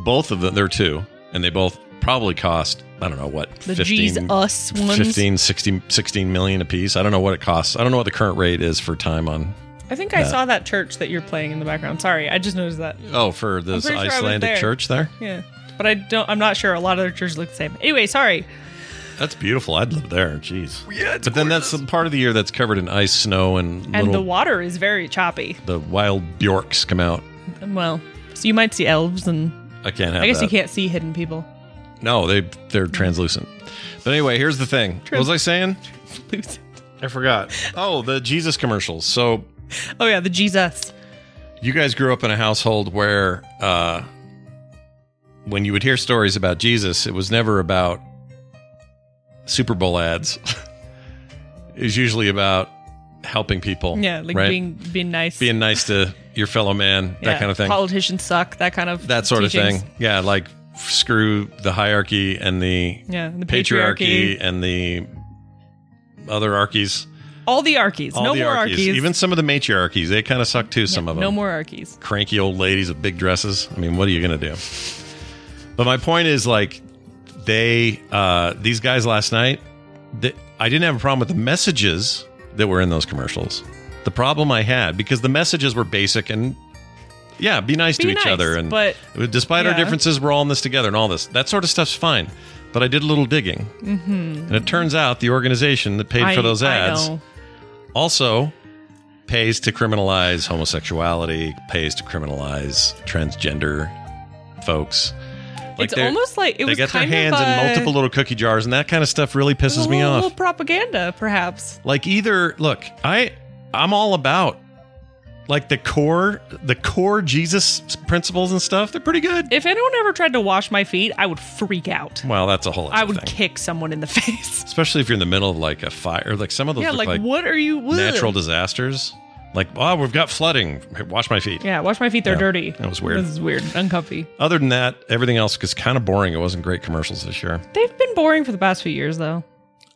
A: Both of them, there are two, and they both probably cost, I don't know what,
B: The
A: 15,
B: Jesus ones.
A: 15 16, 16 million a piece. I don't know what it costs. I don't know what the current rate is for time on.
B: I think I saw that church that you're playing in the background. Sorry, I just noticed that.
A: Oh, for this
B: pretty sure I was
A: Icelandic
B: there.
A: church there?
B: Yeah, but I don't. I'm not sure. A lot of their churches look the same. Anyway, sorry.
A: That's beautiful. I'd live there. Jeez. Yeah, but then that's the part of the year that's covered in ice, snow, and,
B: And the
A: little
B: water is very choppy.
A: the wild Bjorks come out.
B: Well, so you might see elves, and
A: I can't have.
B: I guess
A: that.
B: you can't see hidden people. *laughs*
A: No, they they're translucent. But anyway, here's the thing. What was I saying?
B: Lose.
A: I forgot. Oh, the Jesus commercials. So
B: Oh yeah, the Jesus.
A: you guys grew up in a household where uh, when you would hear stories about Jesus, it was never about Super Bowl ads. *laughs* it was usually about helping people.
B: Yeah, like
A: right?
B: being being nice.
A: being nice to your fellow man, that
B: Yeah,
A: kind of thing.
B: Politicians suck. That kind of
A: that sort
B: teachings.
A: of thing. Yeah, like screw the hierarchy and the
B: Yeah, the
A: patriarchy,
B: patriarchy.
A: and the other archies.
B: All the archies.
A: All
B: no
A: the
B: more
A: archies.
B: archies.
A: Even some of the matriarchies, they kind of suck too, some of them.
B: No more archies.
A: Cranky old ladies with big dresses. I mean, what are you going to do? But my point is like they uh these guys last night, th I didn't have a problem with the messages that were in those commercials. The problem I had because the messages were basic and yeah, be nice to
B: Be
A: each
B: nice,
A: other and
B: but
A: despite our
B: yeah.
A: differences, we're all in this together and all this. That sort of stuff's fine. But I did a little digging. Mm-hmm. And it turns out the organization that paid
B: I-
A: for those
B: I
A: ads
B: know.
A: also pays to criminalize homosexuality, pays to criminalize transgender folks. Like
B: it's
A: they're-
B: almost like
A: they
B: it was
A: got their
B: kind
A: hands in
B: of a-
A: multiple little cookie jars, and that kind of stuff really pisses me
B: a
A: off.
B: little propaganda, perhaps.
A: Like either look, I I'm all about like the core the core Jesus principles and stuff. They're pretty good.
B: If anyone ever tried to wash my feet, I would freak out.
A: well, that's a whole. Other
B: I would
A: thing.
B: kick someone in the *laughs* face.
A: especially if you're in the middle of like a fire. Like some of those
B: yeah,
A: look
B: like,
A: like,
B: what are you? Ugh.
A: natural disasters. Like oh, we've got flooding. Wash my feet.
B: Yeah, wash my feet. They're
A: Yeah,
B: dirty.
A: that was weird.
B: This is weird. Uncomfy.
A: Other than that, everything else was kind of boring. It wasn't great commercials this year.
B: They've been boring for the past few years, though.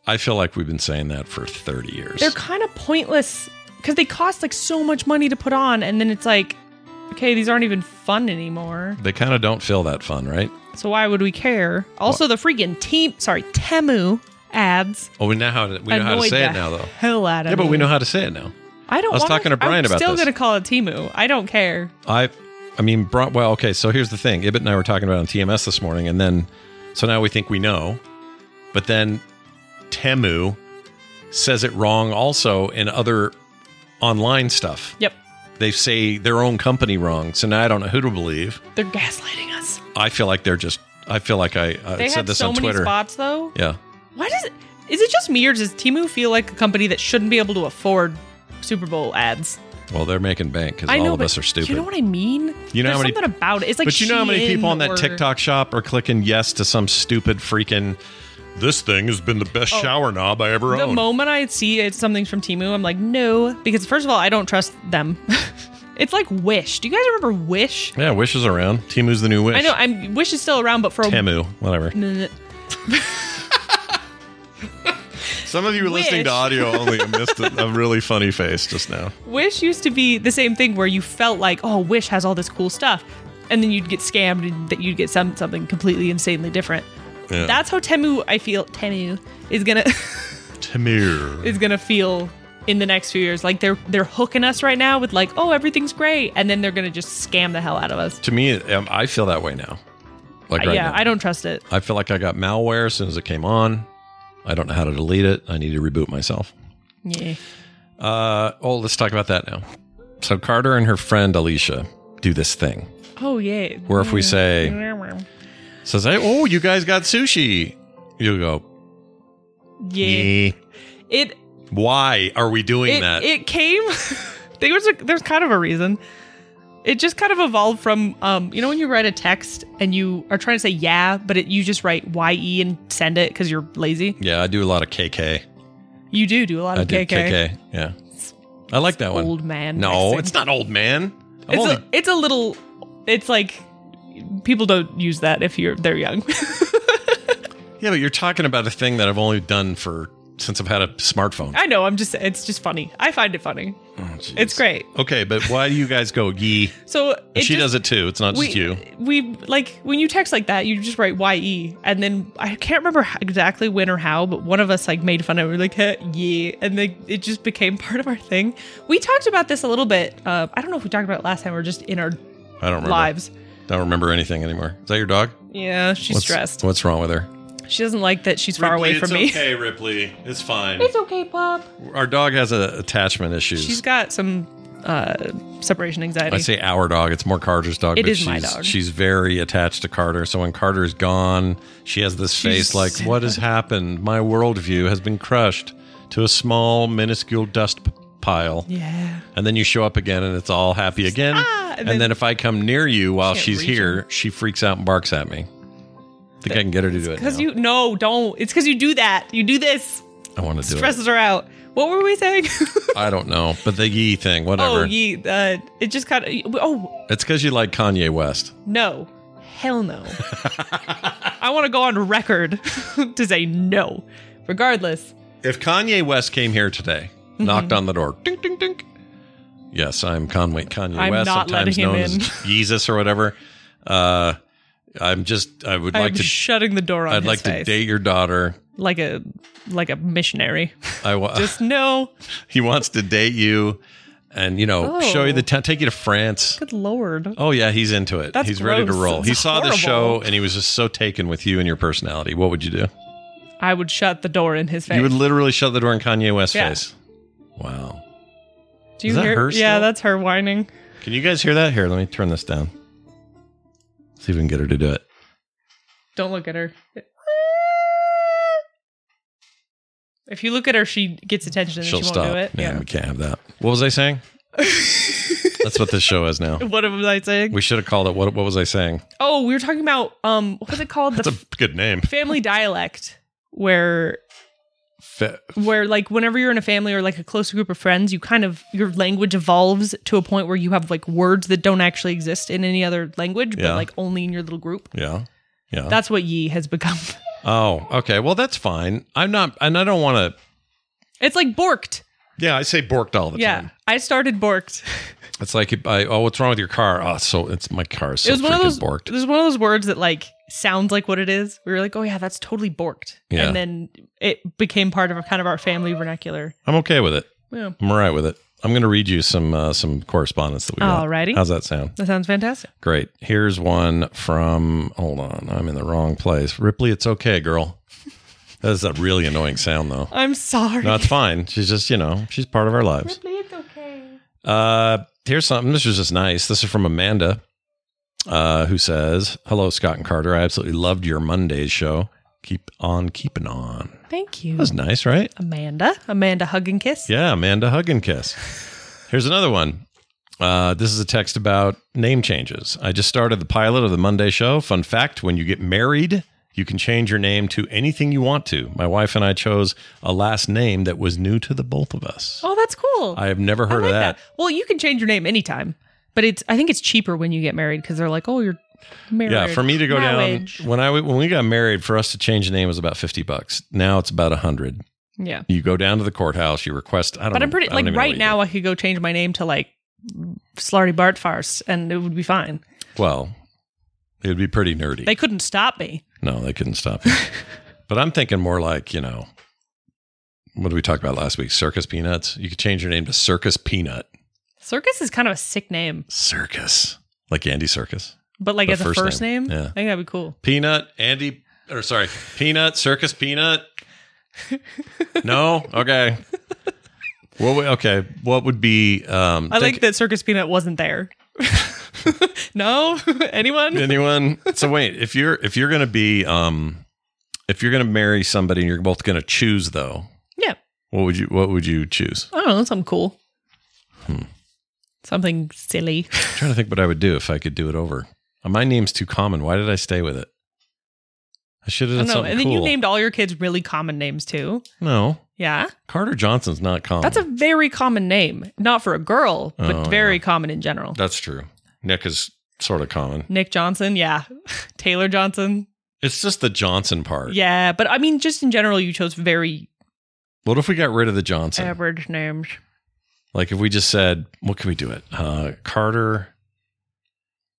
A: I feel like we've been saying that for 30 years.
B: They're kind of pointless because they cost like so much money to put on, and then it's like, okay, these aren't even fun anymore.
A: they kind of don't feel that fun, right?
B: So why would we care? Also, the freaking team, sorry, Temu ads.
A: Oh, we know how to, we know how to
B: annoyed
A: say it
B: the
A: now, though.
B: Hell out of
A: Yeah, but
B: me.
A: we know how to say it now.
B: I don't.
A: I was
B: wanna-
A: talking to Brian
B: I'm
A: about
B: Still
A: this.
B: gonna call it Temu. I don't care.
A: I, I mean, bro- well, okay. So here's the thing. Ibit and I were talking about it on TMS this morning, and then so now we think we know, but then Temu says it wrong also in other online stuff.
B: Yep,
A: They say their own company wrong, so now I don't know who to believe.
B: they're gaslighting us.
A: I feel like they're just. I feel like I, I
B: They
A: said
B: have
A: this
B: so
A: on
B: many
A: Twitter.
B: spots though.
A: Yeah.
B: Why does it? Is it just me or does Temu feel like a company that shouldn't be able to afford Super Bowl ads?
A: Well, they're making bank because
B: I
A: all
B: know,
A: of
B: but
A: us are stupid.
B: You know what I mean?
A: You know
B: There's
A: how many-
B: something about it. It's like,
A: but you know how many
B: Shein
A: people on that
B: or-
A: TikTok shop are clicking yes to some stupid freaking. This thing has been the best shower knob I ever
B: Oh. The
A: owned.
B: moment I see it's something from Timu, I'm like, no, because first of all, I don't trust them. *laughs* it's like Wish. Do you guys remember Wish?
A: yeah, Wish is around. Timu's the new Wish.
B: I know I'm Wish is still around, but for a
A: Temu, whatever.
B: minute.
A: Some of you were listening to
B: Wish.
A: audio only and missed a, a really funny face just now.
B: Wish used to be the same thing where you felt like, oh, Wish has all this cool stuff, and then you'd get scammed and that you'd get some something completely insanely different.
A: Yeah.
B: That's how Temu I feel Temu is gonna *laughs*
A: Tamir.
B: is gonna feel in the next few years. Like they're they're hooking us right now with like, oh, everything's great, and then they're gonna just scam the hell out of us.
A: To me, um, I feel that way now. Like right
B: yeah,
A: now.
B: I don't trust it.
A: I feel like I got malware as soon as it came on. I don't know how to delete it. I need to reboot myself.
B: Yeah.
A: Uh, oh, let's talk about that now. So Carter and her friend Alicia do this thing
B: Oh yeah.
A: where if we say says, "Hey, oh, you guys got sushi," you go,
B: yeah.
A: "Eh,
B: It
A: "Why are we doing
B: it,
A: that?"
B: it came *laughs* there was a, there's kind of a reason it just kind of evolved from um, you know when you write a text and you are trying to say yeah but it, you just write ye and send it because you're lazy
A: yeah, I do a lot of KK.
B: you do do a lot
A: I
B: of
A: do
B: KK.
A: KK. Yeah, I like that one.
B: old man
A: No,
B: texting.
A: it's not old man. I'm
B: it's
A: only-
B: a, it's a little it's like people don't use that if you're they're young *laughs*
A: yeah, but you're talking about a thing that I've only done for since I've had a smartphone.
B: i know i'm just it's just funny i find it funny
A: Oh, jeez.
B: it's great
A: Okay, but why do you guys go
B: *laughs*
A: yee?
B: so it
A: she
B: just-
A: does it too. It's not just you.
B: We like when you text like that, you just write ye, and then I can't remember h- exactly when or how, but one of us like made fun of it. We were like, "Heh, yeah, and then it just became *laughs* part of our thing. We talked about this a little bit. Uh, I don't know if we talked about it last time or just in our
A: I don't remember.
B: lives.
A: Don't remember anything anymore. Is that your dog?
B: Yeah, she's
A: What's-
B: stressed.
A: What's wrong with her?
B: She doesn't like that she's far away from me.
A: Okay, Ripley, it's fine.
B: *laughs* It's okay, pup.
A: Our dog has a attachment issues.
B: She's got some uh, separation anxiety.
A: I say our dog. It's more Carter's dog.
B: It
A: but
B: is my
A: she's-
B: dog.
A: She's very attached to Carter. So when Carter's gone, she has this face like, "What has happened? My worldview has been crushed to a small, minuscule dust p- pile."
B: Yeah.
A: And then you show up again, and it's all happy again.
B: Ah, and
A: and, then,
B: then-
A: if I come near you while
B: Can't
A: she's
B: reach
A: here, she freaks out and barks at me. Think I can get her to do it?
B: Because
A: now.
B: you, no, don't. It's because you do that. You do this,
A: I want to do it.
B: stresses her out. What were we saying? *laughs*
A: I don't know, but the yee thing,
B: Oh,
A: whatever.
B: ye, uh, it just kind of. Oh
A: It's because you like Kanye West.
B: no,
A: *laughs*
B: hell no. I want to go on record *laughs* to say no. Regardless,
A: If Kanye West came here today,
B: Mm-hmm.
A: knocked on the door, ding, ding, ding. Yes, I'm Conway Kanye
B: I'm
A: West,
B: not
A: sometimes
B: letting him
A: known as
B: in.
A: Jesus or whatever. Uh, I'm just. I would like
B: I'm
A: to.
B: shutting the door on.
A: I'd
B: his
A: like to
B: face.
A: date your daughter.
B: like a like
A: *laughs*
B: a missionary.
A: I wa-
B: Just no.
A: he wants to date you, and you know, show you
B: Oh.
A: the town, take you to France.
B: Good lord.
A: Oh yeah, he's into it.
B: That's
A: he's ready to
B: gross.
A: roll.
B: It's
A: he saw the
B: horrible.
A: show and he was just so taken with you and your personality. What would you do?
B: I would shut the door in his face.
A: You would literally shut the door in Kanye West's
B: Yeah.
A: face. Wow.
B: Do you
A: Is that
B: hear?
A: her
B: yeah,
A: still?
B: that's her whining.
A: Can you guys hear that? Here, let me turn this down. See if we can get her to do it.
B: Don't look
A: *laughs*
B: at her. If you look at her, she gets attention and
A: She'll
B: she won't
A: stop.
B: do it.
A: Yeah, we can't have that. What was I
B: *laughs*
A: saying? That's what this show is now.
B: What was I saying?
A: We should have called it. What, what was I saying?
B: oh, we were talking about um, what was it called? The
A: That's a good name.
B: family dialect where
A: Fe-
B: where like whenever you're in a family or like a close group of friends you kind of your language evolves to a point where you have like words that don't actually exist in any other language
A: Yeah.
B: but like only in your little group
A: yeah. Yeah.
B: that's what ye has become *laughs*
A: oh, okay. Well, that's fine. I'm not, and I don't want to.
B: it's like borked
A: Yeah, I say borked all the
B: yeah
A: time.
B: i started borked
A: It's like, if I, oh, what's wrong with your car? Oh, so it's my car. Is so
B: it was one of
A: freaking
B: those
A: borked.
B: it was one of those words that like sounds like what it is we were like oh yeah that's totally borked
A: Yeah.
B: and then it became part of our kind of our family vernacular
A: I'm okay with it.
B: yeah
A: I'm all right with it. I'm going to read you some uh, some correspondence that we got.
B: Alrighty.
A: How's that sound?
B: that sounds fantastic
A: Great. Here's one from. Hold on, I'm in the wrong place. Ripley, it's okay, girl. That is a really annoying sound, though.
B: i'm sorry *laughs*
A: No, it's fine. She's just, you know, she's part of our lives.
B: it's okay
A: Uh, here's something. This is just nice. This is from Amanda, uh, who says, "Hello, Scott and Carter. I absolutely loved your Monday's show. Keep on keeping on.
B: thank you
A: That was nice, right?
B: Amanda. Amanda hug and kiss.
A: Yeah, Amanda Hug and Kiss. Here's another one. Uh, this is a text about name changes. I just started the pilot of the Monday show. Fun fact when you get married, you can change your name to anything you want to. My wife and I chose a last name that was new to the both of us.
B: Oh, that's cool.
A: I have never heard
B: like
A: of that.
B: Well, you can change your name anytime, but it's I think it's cheaper when you get married because they're like, oh, you're married.
A: Yeah, for me to go
B: Marriage.
A: down when I when we got married, for us to change the name was about fifty bucks. Now it's about a hundred.
B: Yeah,
A: You go down to the courthouse, you request. I don't.
B: but
A: know,
B: I'm pretty
A: I don't
B: like
A: even know what
B: right
A: you
B: now I could go change my name to like Slarty Bart Farce and it would be fine.
A: do. Well, it would be pretty nerdy.
B: They couldn't stop me.
A: No, they couldn't stop it. but I'm thinking more like, you know, what did we talk about last week? Circus Peanuts. You could change your name to Circus Peanut.
B: Circus is kind of a sick name,
A: Circus. Like Andy Circus.
B: but like
A: The
B: as
A: first
B: a first
A: name,
B: name,
A: yeah.
B: I think that'd be cool.
A: Peanut, Andy, or sorry, Peanut, Circus Peanut. no? Okay. What would, okay. What would be, um,
B: I
A: think-
B: like that Circus Peanut wasn't there. *laughs* no, *laughs* anyone?
A: Anyone? So wait, if you're if you're gonna be um if you're gonna marry somebody and you're both gonna choose though,
B: Yeah.
A: what would you what would you choose?
B: I don't know, something cool.
A: Hmm.
B: Something silly.
A: I'm trying to think what I would do if I could do it over. Uh, My name's too common. Why did I stay with it? I should
B: I
A: have done
B: don't know.
A: something
B: And then
A: cool.
B: you named all your kids really common names too.
A: no,
B: Yeah.
A: Carter Johnson's not common.
B: That's a very common name. Not for a girl, but
A: Oh,
B: very
A: yeah.
B: common in general.
A: That's true. Nick is sort of common.
B: Nick Johnson, yeah. *laughs* Taylor Johnson.
A: It's just the Johnson part.
B: Yeah. But I mean, just in general, you chose very
A: What if we got rid of the Johnson?
B: average names.
A: Like if we just said, what can we do it? Uh, Carter.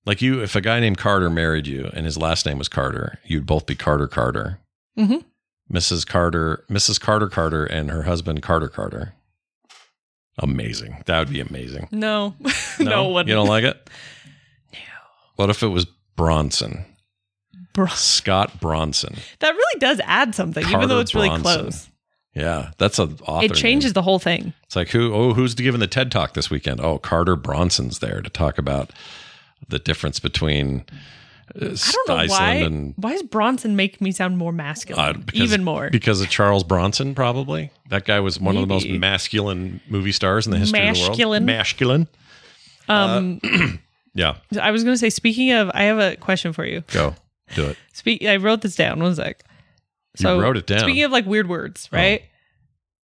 A: Like you, if a guy named Carter married you and his last name was Carter, you'd both be Carter Carter.
B: Mhm.
A: Mrs. Carter, Mrs. Carter Carter, and her husband Carter Carter. Amazing. That would be amazing.
B: No. *laughs* no, one.
A: you don't like it.
B: *laughs* No.
A: What if it was Bronson?
B: Bro-
A: Scott Bronson.
B: that really does add something, even
A: Carter
B: though it's really
A: Bronson.
B: close.
A: Yeah, that's an author.
B: it changes
A: name.
B: the whole thing.
A: It's like who? Oh, who's giving the TED talk this weekend? Oh, Carter Bronson's there to talk about the difference between uh,
B: I don't know
A: Iceland
B: why.
A: and
B: why does Bronson make me sound more masculine?
A: Uh, because-
B: even more.
A: because of Charles Bronson. Probably that guy was one of the most
B: Maybe.
A: masculine movie stars in the history of the world.
B: Masculine.
A: Masculine. Uh,
B: um,
A: *clears throat* Yeah,
B: I was going to say, speaking of, I have a question for you.
A: go do it.
B: Speak. I wrote this down. One sec. So
A: you wrote it down. Oh.
B: Speaking of like weird words, right?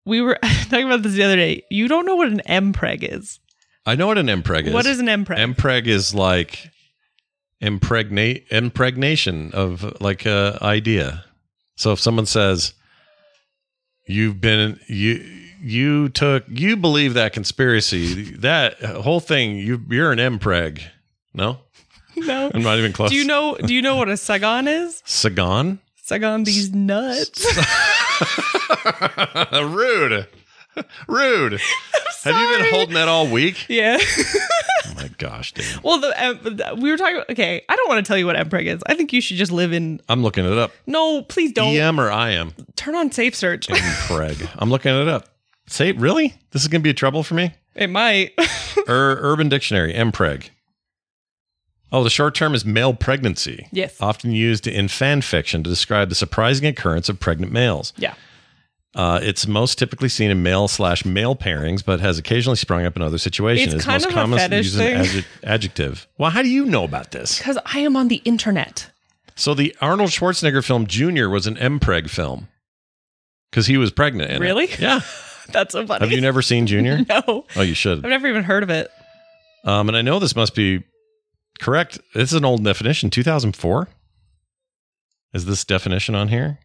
B: We were *laughs* talking about this the other day. You don't know what an mpreg is.
A: I know what an impreg is.
B: What is an mpreg?
A: Impreg is like impregnate impregnation of like a idea. So if someone says you've been you you took you believe that conspiracy that whole thing you you're an impreg. No,
B: *laughs* no.
A: I'm not even close.
B: Do you know? Do you know what a Sagan is? *laughs*
A: Sagan? *laughs*
B: Sagan these nuts. *laughs*
A: Rude. Rude. *laughs* Have you been
B: sorry.
A: holding that all week?
B: yeah. *laughs*
A: Oh my gosh, dude.
B: well, the, uh, we were talking. Okay, I don't want to tell you what mpreg is. I think you should just live in.
A: I'm looking it up.
B: No, please don't
A: EM or I am?
B: turn on safe search.
A: Craig. I'm looking it up. Say, really? This is going to be a trouble for me?
B: *laughs* it might. *laughs*
A: Ur- Urban Dictionary, MPreg. Oh, the short term is male pregnancy,
B: yes.
A: often used in fan fiction to describe the surprising occurrence of pregnant males.
B: Yeah.
A: Uh, it's most typically seen in male slash male pairings, but has occasionally sprung up in other situations.
B: It's kind
A: most
B: of a
A: commonly
B: fetish
A: used an
B: thing.
A: adj- adjective. Well, how do you know about this?
B: Because I am on the internet.
A: So the Arnold Schwarzenegger film Junior was an MPreg film because he was pregnant. In it.
B: Really?
A: Yeah.
B: *laughs* That's so funny.
A: Have
B: *laughs*
A: you never seen Junior?
B: no,
A: Oh, you should.
B: I've never even heard of it.
A: Um, and I know this must be correct. This is an old definition. 2004 is this definition on here?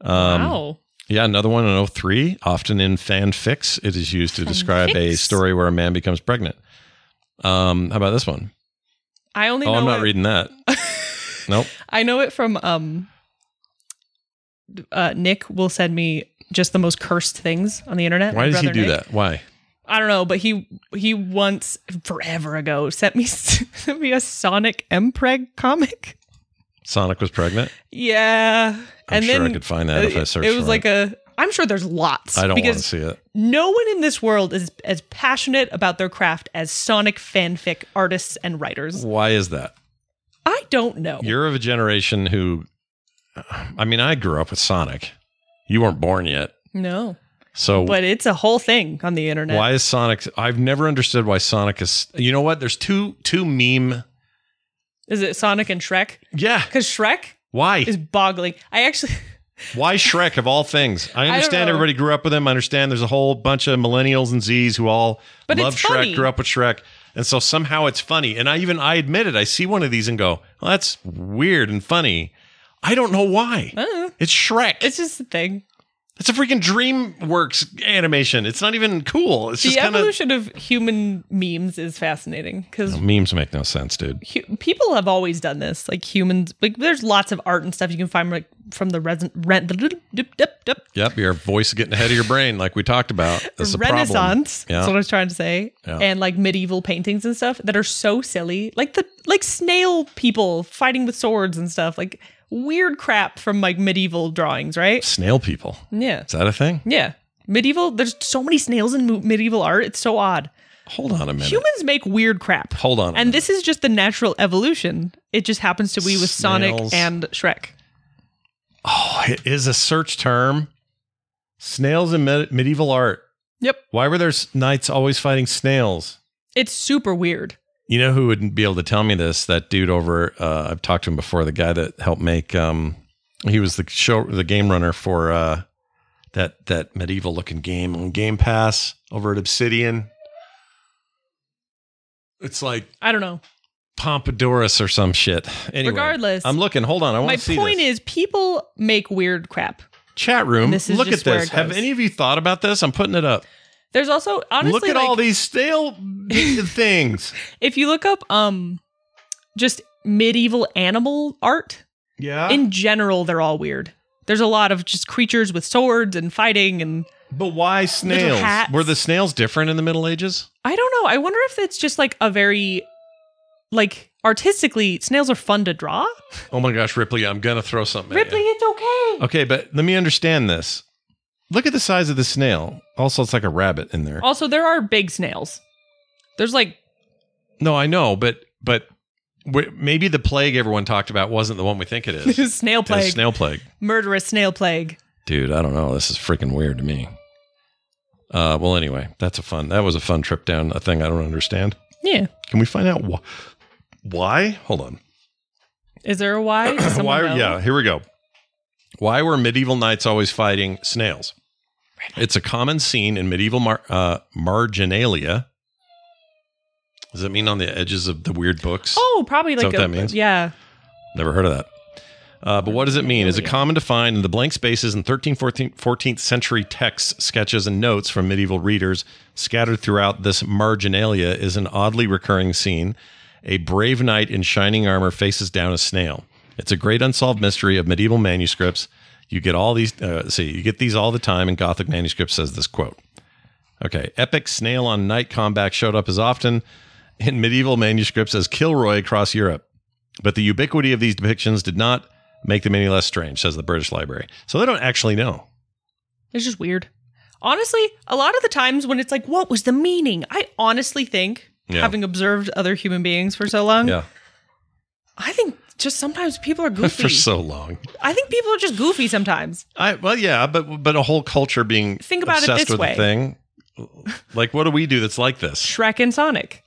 A: Um,
B: wow.
A: Yeah, another one in 03. Often in fanfics, it is used to describe a
B: Fanfics?
A: story where a man becomes pregnant. Um, how about this one?
B: I only
A: Oh,
B: know
A: I'm not
B: it,
A: reading that. Nope.
B: *laughs* I know it from um uh Nick will send me just the most cursed things on the internet.
A: Why
B: My
A: does he
B: brother
A: do
B: Nick.
A: that? Why?
B: I don't know, but he he once forever ago sent me *laughs* sent me a Sonic Mpreg comic. *laughs*
A: Sonic was pregnant.
B: Yeah.
A: I'm
B: and
A: sure
B: then
A: I could find that if I
B: it-
A: searched.
B: it was
A: for
B: like a I'm sure there's lots
A: I don't want to
B: because
A: see it.
B: no one in this world is as passionate about their craft as Sonic fanfic artists and writers.
A: Why is that?
B: I don't know.
A: You're of a generation who, I mean, I grew up with Sonic. You weren't born yet,
B: no.
A: so
B: But it's a whole thing on the internet.
A: Why is Sonic? I've never understood why Sonic is. You know what? There's two two meme.
B: Is it Sonic and Shrek?
A: Yeah.
B: Because Shrek
A: Why?
B: is boggling. I actually, *laughs*
A: Why Shrek of all things? I
B: don't
A: understand
B: know.
A: everybody grew up with him. I understand there's a whole bunch of millennials and Z's who all
B: But
A: love
B: it's
A: Shrek,
B: funny.
A: grew up with Shrek, and so somehow it's funny. And I even I admit it. I see one of these and go, well, "That's weird and funny." I don't know why.
B: uh,
A: It's Shrek.
B: it's just a thing.
A: It's a freaking DreamWorks animation. It's not even cool. It's
B: The
A: just kind of
B: evolution of human memes is fascinating because
A: memes make no sense, dude.
B: hu- people have always done this. Like humans, like there's lots of art and stuff you can find like from the resin, rent, the little- dip, dip, dip,
A: Yep, your voice is getting ahead of your brain, like we talked about. That's a problem.
B: Renaissance.
A: Yeah.
B: That's what I was trying to say.
A: Yeah.
B: And like medieval paintings and stuff that are so silly, like the like snail people fighting with swords and stuff, like weird crap from like medieval drawings, right?
A: Snail people.
B: Yeah.
A: Is that a thing?
B: Yeah. Medieval, there's so many snails in mo- medieval art. It's so odd.
A: Hold on a minute.
B: Humans make weird crap.
A: Hold on. a
B: And
A: minute.
B: this is just the natural evolution. It just happens to be with
A: Snails.
B: Sonic and Shrek.
A: oh, it is a search term. Snails in med- medieval art.
B: Yep.
A: Why were there s- knights always fighting snails?
B: It's super weird.
A: You know who wouldn't be able to tell me this? That dude over. Uh, I've talked to him before. The guy that helped make. Um, he was the show, the game runner for uh, that that medieval looking game on Game Pass over at Obsidian. It's like
B: I don't know.
A: Pompadourus or some shit. Anyway,
B: Regardless,
A: I'm looking. Hold on, I want
B: my
A: to see
B: point
A: this.
B: is people make weird crap.
A: Chat room.
B: This is
A: look at
B: just where
A: this.
B: it
A: Have
B: goes.
A: any of you thought about this? I'm putting it up.
B: There's also honestly
A: look at
B: like,
A: all these
B: *laughs*
A: stale things.
B: if you look up um just medieval animal art,
A: Yeah.
B: in general they're all weird. There's a lot of just creatures with swords and fighting and
A: but why snails?
B: hats.
A: Were the snails different in the Middle Ages?
B: I don't know. I wonder if it's just like a very like artistically snails are fun to draw.
A: Oh my gosh, Ripley, I'm gonna throw something.
B: Ripley,
A: At
B: it's okay.
A: you. Okay, but let me understand this. Look at the size of the snail. Also, it's like a rabbit in there.
B: Also, there are big snails. There's like *laughs*
A: No, I know, but but w- maybe the plague everyone talked about wasn't the one we think it
B: *laughs*
A: is. It's
B: snail plague,
A: snail plague,
B: murderous snail plague.
A: dude. I don't know. This is freaking weird to me. Uh, well, anyway, that's a fun. That was a fun trip down a thing I don't understand.
B: Yeah.
A: Can we find out wh- why? Hold on.
B: Is there
A: *clears throat*
B: a why? Does someone
A: why?
B: know?
A: Yeah, here we go. Why were medieval knights always fighting snails? It's a common scene in medieval mar- uh, marginalia. Does that mean on the edges of the weird books?
B: Oh, probably
A: Is that
B: like
A: what
B: a,
A: that means?
B: yeah.
A: Never heard of that. Uh, but what does it mean? Is it
B: Marginalia.
A: common to find in the blank spaces in 13th, 14th, 14th century texts, sketches, and notes from medieval readers scattered throughout this marginalia is an oddly recurring scene. A brave knight in shining armor faces down a snail. It's a great unsolved mystery of medieval manuscripts. You get all these, uh, let's see, you get these all the time in Gothic manuscripts, says this quote. Okay. Epic snail on knight combat showed up as often in medieval manuscripts as Kilroy across Europe. But the ubiquity of these depictions did not make them any less strange, says the British Library. So they don't actually know.
B: It's just weird. Honestly, a lot of the times when it's like, what was the meaning? I honestly think,
A: Yeah.
B: having observed other human beings for so long,
A: Yeah. *laughs*
B: I think just sometimes people are goofy.
A: For so long.
B: I think people are just goofy sometimes.
A: I well yeah, but but a whole culture being
B: Think about it
A: obsessed
B: this
A: with
B: way.
A: a thing. Like what do we do that's like this?
B: Shrek and Sonic.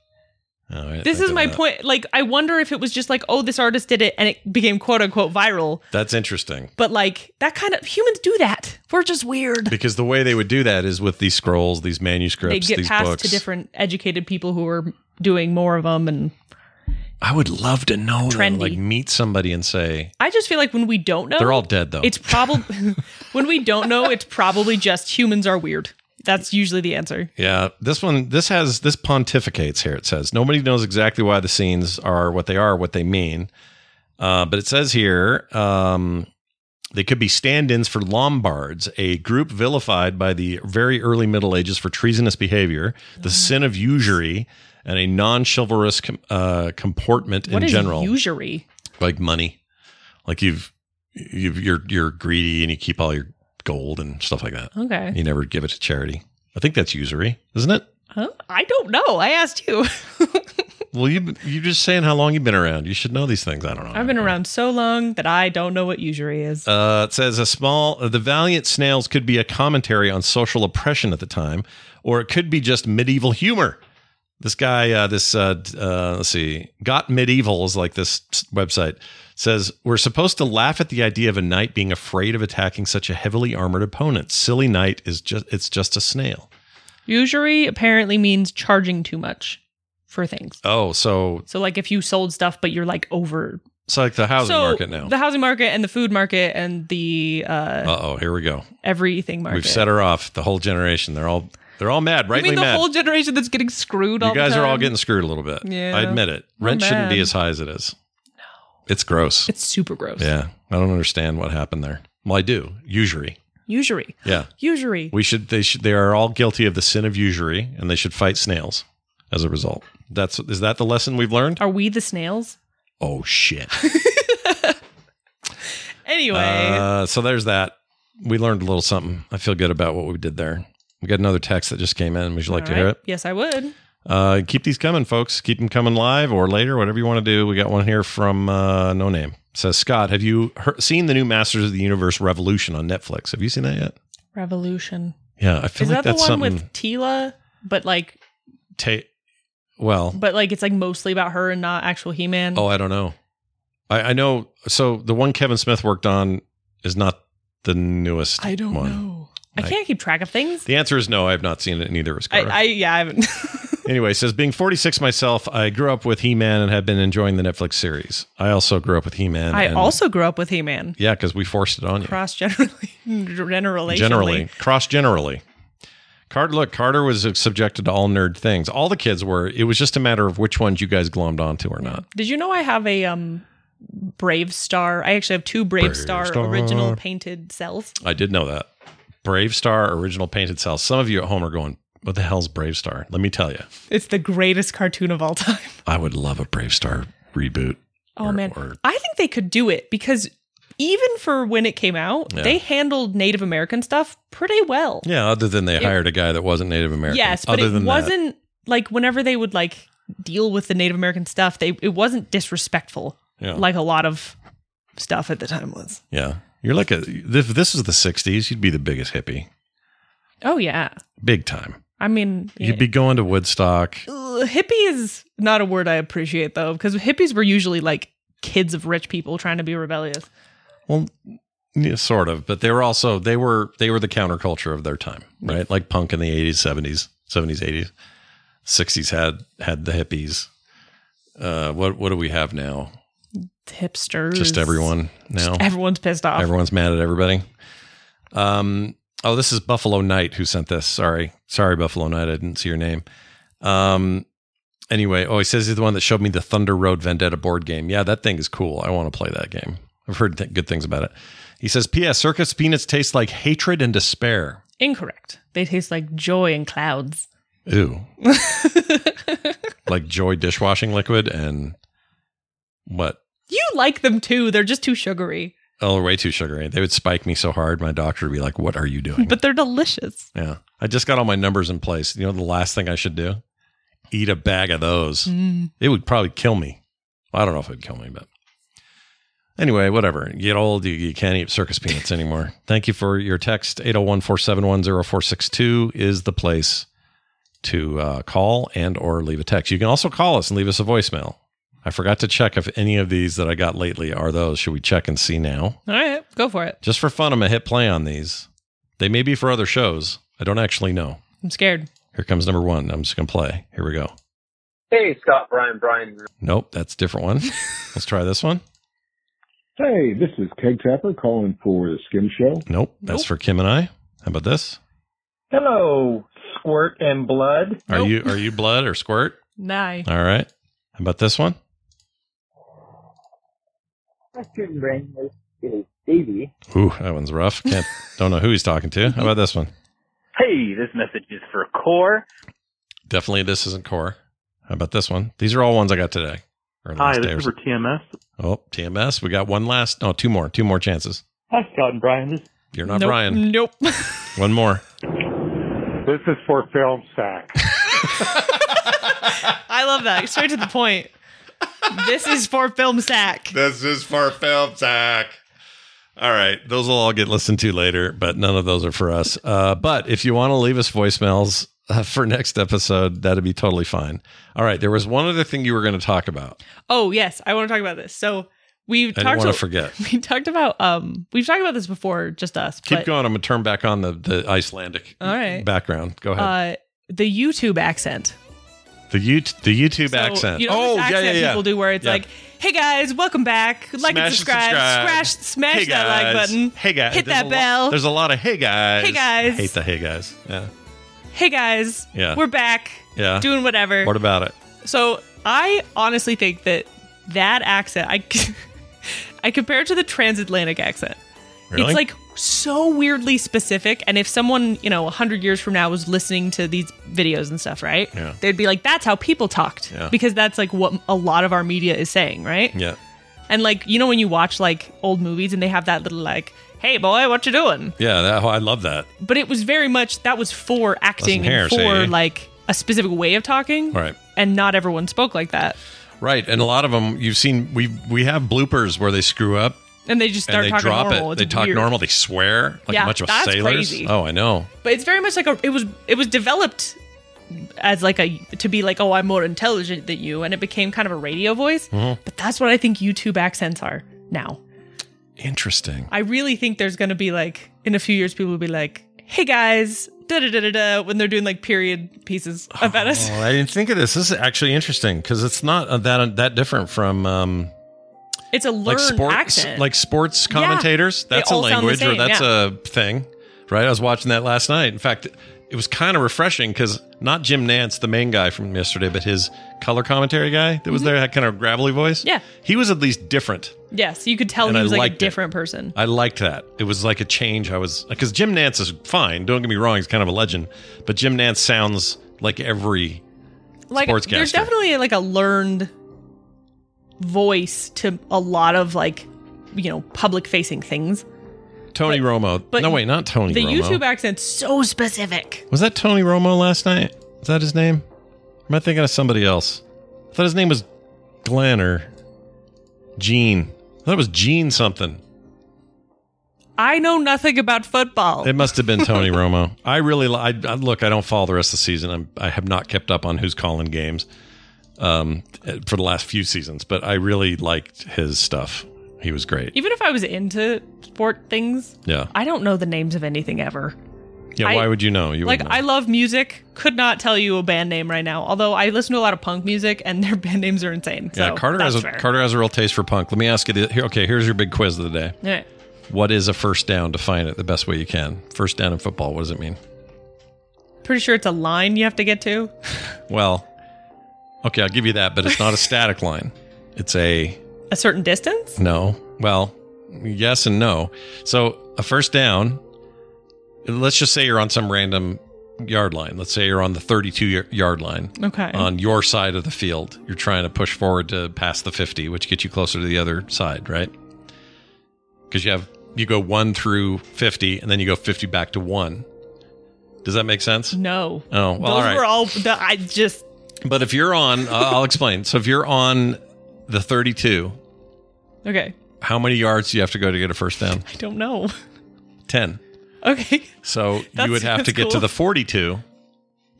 A: All right,
B: This
A: think
B: is my
A: about it.
B: point. Like, I wonder if it was just like, oh, this artist did it and it became quote unquote viral.
A: That's interesting.
B: But like, that kind of humans do that. We're just weird.
A: Because the way they would do that is with these scrolls, these manuscripts,
B: They get
A: these
B: passed
A: books.
B: to different educated people who are doing more of them. And
A: I would love to know though,
B: Trendy.
A: like meet somebody and say
B: I just feel like when we don't know,
A: they're all dead though.
B: It's probably *laughs* when we don't know, it's probably just humans are weird. That's usually the answer.
A: Yeah, this one, this has this pontificates here. It says nobody knows exactly why the scenes are what they are, what they mean. Uh, but it says here um, they could be stand-ins for Lombards, a group vilified by the very early Middle Ages for treasonous behavior,
B: Mm-hmm.
A: the sin of usury, and a non-chivalrous com- uh, comportment in
B: What is
A: general,
B: usury?
A: like money, like you've, you've you're you're greedy and you keep all your gold and stuff like that.
B: Okay.
A: You never give it to charity. I think that's usury, isn't it?
B: Huh? I don't know. I
A: *laughs*
B: asked you.
A: Well, you you're just saying how long you've been around. You should know these things. I don't know.
B: I've been around so long that I don't know what usury is.
A: Uh, it says a small the valiant snails could be a commentary on social oppression at the time, or it could be just medieval humor. This guy, uh, this uh, d- uh, let's see, got medieval is like this s- website says we're supposed to laugh at the idea of a knight being afraid of attacking such a heavily armored opponent. Silly knight is just it's just a snail.
B: usury apparently means charging too much for things.
A: Oh, so
B: So like if you sold stuff but you're like over
A: it's like the housing
B: So,
A: market now.
B: The housing market and the food market and the uh
A: uh oh, here we go.
B: everything market.
A: We've set her off. The whole generation. They're all they're all mad.
B: I
A: Rightly
B: mean the
A: mad.
B: whole generation that's getting screwed all
A: you guys
B: the
A: are all
B: time?
A: getting screwed a little bit.
B: Yeah.
A: I admit it.
B: We're
A: Rent shouldn't be
B: mad.
A: as high as it is. No. It's gross.
B: it's super gross.
A: yeah. I don't understand what happened there. Well, I do. Usury.
B: Usury.
A: Yeah.
B: Usury.
A: We should they should they are all guilty of the sin of usury and they should fight snails as a result. That's is that the lesson we've learned?
B: Are we the snails?
A: Oh
B: *laughs*
A: shit.
B: Anyway,
A: Uh, so there's that. We learned a little something. I feel good about what we did there. We got another text that just came in. Would you like
B: all
A: to hear
B: right.
A: it?
B: Yes, I would.
A: Uh, keep these coming, folks. Keep them coming live or later, whatever you want to do. We got one here from uh, No Name. It says Scott, have you heard, seen the new Masters of the Universe Revolution on Netflix? Have you seen that yet?
B: Revolution.
A: Yeah, I feel
B: Is
A: like
B: that the
A: that's
B: one
A: something.
B: with Tila? But like,
A: ta- well,
B: but like, it's like mostly about her and not actual He Man.
A: oh, I don't know. I, I know. So the one Kevin Smith worked on is not the newest.
B: I don't
A: one.
B: know. I
A: Like-
B: can't keep track of things.
A: The answer is no. I have not seen it. Neither is
B: I,
A: Cara.
B: I yeah, I haven't.
A: Anyway, it says being 46 myself, I grew up with He-Man and have been enjoying the Netflix series. I also grew up with He-Man. *laughs*
B: I
A: and-
B: also grew up with He Man.
A: yeah, because we forced it on you.
B: Cross generally, generally,
A: generally, cross generally. Carter, look, Carter was subjected to all nerd things. All the kids were. It was just a matter of which ones you guys glommed onto or not.
B: Did you know I have a um Brave Star? I actually have two Brave,
A: Brave
B: Star,
A: Star.
B: original painted cells.
A: I did know that. Brave Star, original painted cell. Some of you at home are going, "What the hell's Brave Star?" Let me tell you,
B: It's the greatest cartoon of all time.
A: I would love a Brave Star reboot.
B: Oh
A: or-
B: man.
A: or-
B: *laughs* I think they could do it because even for when it came out,
A: Yeah.
B: they handled Native American stuff pretty well.
A: yeah. Other than they
B: It-
A: hired a guy that wasn't Native American.
B: Yes, but
A: other
B: it
A: than that-
B: wasn't like whenever they would like deal with the Native American stuff, they it wasn't disrespectful
A: yeah.
B: like a lot of stuff at the time was.
A: Yeah. You're like a if this was the 60s, you'd be the biggest hippie.
B: Oh yeah.
A: Big time.
B: I mean,
A: You'd be going to Woodstock.
B: Ugh, hippie is not a word I appreciate though, because hippies were usually like kids of rich people trying to be rebellious.
A: Well, yeah, sort of, but they were also they were they were the counterculture of their time, right? Like punk in the 80s, 70s, 70s, 80s. 60s had had the hippies. Uh what what do we have now?
B: Hipsters.
A: Just everyone now.
B: Everyone's pissed off.
A: Everyone's mad at everybody. Um, oh, this is Buffalo Knight who sent this. Sorry. Sorry, Buffalo Knight. I didn't see your name. Um, anyway, oh, he says he's the one that showed me the Thunder Road Vendetta board game. Yeah, that thing is cool. I want to play that game. I've heard th- good things about it. He says, P.S. Circus peanuts taste like hatred and despair.
B: Incorrect. They taste like joy and clouds. *laughs*
A: Ooh, like joy dishwashing liquid and what?
B: You like them too. They're just too sugary,
A: Oh, way too sugary. They would spike me so hard. My doctor would be like, What are you doing?
B: but they're delicious.
A: Yeah. I just got all my numbers in place. You know, the last thing I should do? Eat a bag of those.
B: Mm.
A: It would probably kill me. Well, I don't know if it would kill me, but anyway, whatever. You get old, you, you can't eat circus peanuts anymore. Thank you for your text. 801 471 0462 is the place to uh, call and or leave a text. You can also call us and leave us a voicemail. I forgot to check if any of these that I got lately are those. Should we check and see now?
B: All right, go for it.
A: Just for fun, I'm going to hit play on these. They may be for other shows. I don't actually know.
B: I'm scared.
A: Here comes number one. I'm just going to play. Here we go.
C: Hey, Scott, Brian, Brian.
A: Nope, that's a different one. Let's try this one.
D: Hey, this is Keg Tapper calling for the Skim Show.
A: Nope, that's
B: Nope.
A: for Kim and I. How about this?
C: Hello, Squirt and Blood.
A: Are
B: Nope.
A: you are you blood or squirt?
B: Nah.
A: All right. How about this one?
C: Question brain is, is Davey.
A: Ooh, that one's rough. Can't don't know who he's talking to. How about this one?
E: Hey, this message is for Core.
A: Definitely this isn't core. How about this one? These are all ones I got today. Or the
E: Hi,
A: last
E: this
A: day or
E: is
A: so.
E: for TMS.
A: Oh, TMS. We got one last. No, two more. Two more chances.
E: Hi, Scott and Brian. This
A: You're not
B: nope.
A: Brian.
B: Nope. *laughs*
A: One more.
F: This is for Film Sack.
B: I love that. Straight to the point. This is for film sack.
A: This is for film sack. All right, those will all get listened to later, but none of those are for us. Uh, but if you want to leave us voicemails uh, for next episode, that'd be totally fine. All right, there was one other thing you were going to talk about.
B: Oh yes, I want to talk about this. So we
A: I didn't
B: talked.
A: want to
B: To,
A: forget.
B: *laughs* we talked about. Um, we've talked about this before, just us.
A: Keep
B: but,
A: going. I'm gonna turn back on the the Icelandic
B: All right.
A: background. Go ahead.
B: Uh, the YouTube accent.
A: the you the YouTube
B: So,
A: accent.
B: You know,
A: oh
B: this accent
A: yeah, yeah, yeah.
B: people do where it's
A: Yeah.
B: like, "Hey guys, welcome back. Like
A: Smash
B: and subscribe. Smash, smash
A: Hey,
B: that like
A: guys.
B: button.
A: Hey guys,
B: Hit
A: There's a
B: that
A: lo-
B: bell.
A: there's a lot of hey guys.
B: Hey, guys.
A: I hate the hey guys. Yeah,
B: Hey guys,
A: Yeah.
B: we're back
A: yeah.
B: doing whatever."
A: what about it?
B: so I honestly think that that accent, I, *laughs* I compare it to the transatlantic accent.
A: Really?
B: It's like so weirdly specific. And if someone, you know, 100 years from now was listening to these videos and stuff, right?
A: Yeah.
B: They'd be like, that's how people talked.
A: Yeah.
B: Because that's like what a lot of our media is saying, right?
A: yeah.
B: And like, you know, when you watch like old movies and they have that little like, hey, boy, what you doing?
A: Yeah, that, oh, I love that.
B: But it was very much, that was for acting
A: Listen here,
B: and for
A: see?
B: like a specific way of talking,
A: Right.
B: and not everyone spoke like that.
A: Right. And a lot of them you've seen we we have bloopers where they screw up
B: And they just
A: and
B: start
A: they
B: talking
A: drop it.
B: normal. It's
A: They talk
B: weird.
A: normal, they swear like
B: Yeah,
A: a bunch of
B: that's
A: sailors.
B: crazy.
A: Oh, I know.
B: but it's very much like a. It was it was developed as like a to be like oh I'm more intelligent than you, and it became kind of a radio voice.
A: Mm-hmm.
B: But that's what I think YouTube accents are now.
A: Interesting.
B: I really think there's going to be like in a few years, people will be like, "Hey guys, da da da da da," when they're doing like
A: *sighs*
B: period pieces about us.
A: Oh, I didn't think of this. This is actually interesting because it's not uh, that that different from um,
B: It's a learned
A: like sports
B: accent.
A: like sports commentators.
B: They
A: that's a
B: all sound the
A: language or
B: same,
A: that's a thing, right? I was watching that last night. In fact, it was kind of refreshing because not Jim Nance, the main guy from yesterday, but his color commentary guy that was there had kind of a gravelly voice.
B: Mm-hmm. Yeah.
A: he was at least different.
B: yes, you could tell
A: And
B: he
A: I
B: was like a
A: liked it.
B: different person.
A: I liked that. It was like a change. I was because Jim Nance is fine. Don't get me wrong; he's kind of a legend, but Jim Nance sounds like every
B: like
A: Sportscaster.
B: there's definitely like a learned voice to a lot of like you know public facing things.
A: Tony Romo.
B: but
A: no, wait, not Tony.
B: The
A: Romo.
B: YouTube accent's so specific.
A: Was that Tony Romo last night? Is that his name? Or am I thinking of somebody else? I thought his name was Glenn or Gene. I thought it was Gene something.
B: I know nothing about football.
A: It must have been Tony Romo. I really li- I, I- look. I don't follow the rest of the season. I'm, I have not kept up on who's calling games um, eh, for the last few seasons, but I really liked his stuff. He was great.
B: Even if I was into sport things,
A: Yeah.
B: I don't know the names of anything ever.
A: Yeah.
B: I-
A: why would you know? You
B: Like
A: wouldn't know.
B: I love music, could not tell you a band name right now. Although I listen to a lot of punk music, and their *laughs* band names are insane.
A: Yeah.
B: so
A: Carter has a
B: that's fair.
A: Carter has a real taste for punk. Let me ask you. The, here, okay. Here's your big quiz of the day.
B: All right.
A: what is a first down? Define it the best way you can. First down in football, what does it mean?
B: Pretty sure it's a line you have to get to.
A: Well, okay, I'll give you that, but it's not a static line. It's a
B: A certain distance.
A: no. Well, yes and no. So a first down, let's just say you're on some random yard line. Let's say you're on the 32 y- yard line
B: Okay.
A: on your side of the field. You're trying to push forward to past the 50, which gets you closer to the other side, right? Because you have you go one through 50, and then you go 50 back to one. Does that make sense?
B: no.
A: Oh, well, all
B: Mm. Those
A: right.
B: were all. The, I just
A: but if you're on, uh, I'll explain. So if you're on the 32,
B: okay.
A: how many yards do you have to go to get a first down?
B: I don't know. *laughs*
A: 10.
B: Okay.
A: So
B: That
A: you would have
B: sounds
A: to get to
B: cool.
A: the 42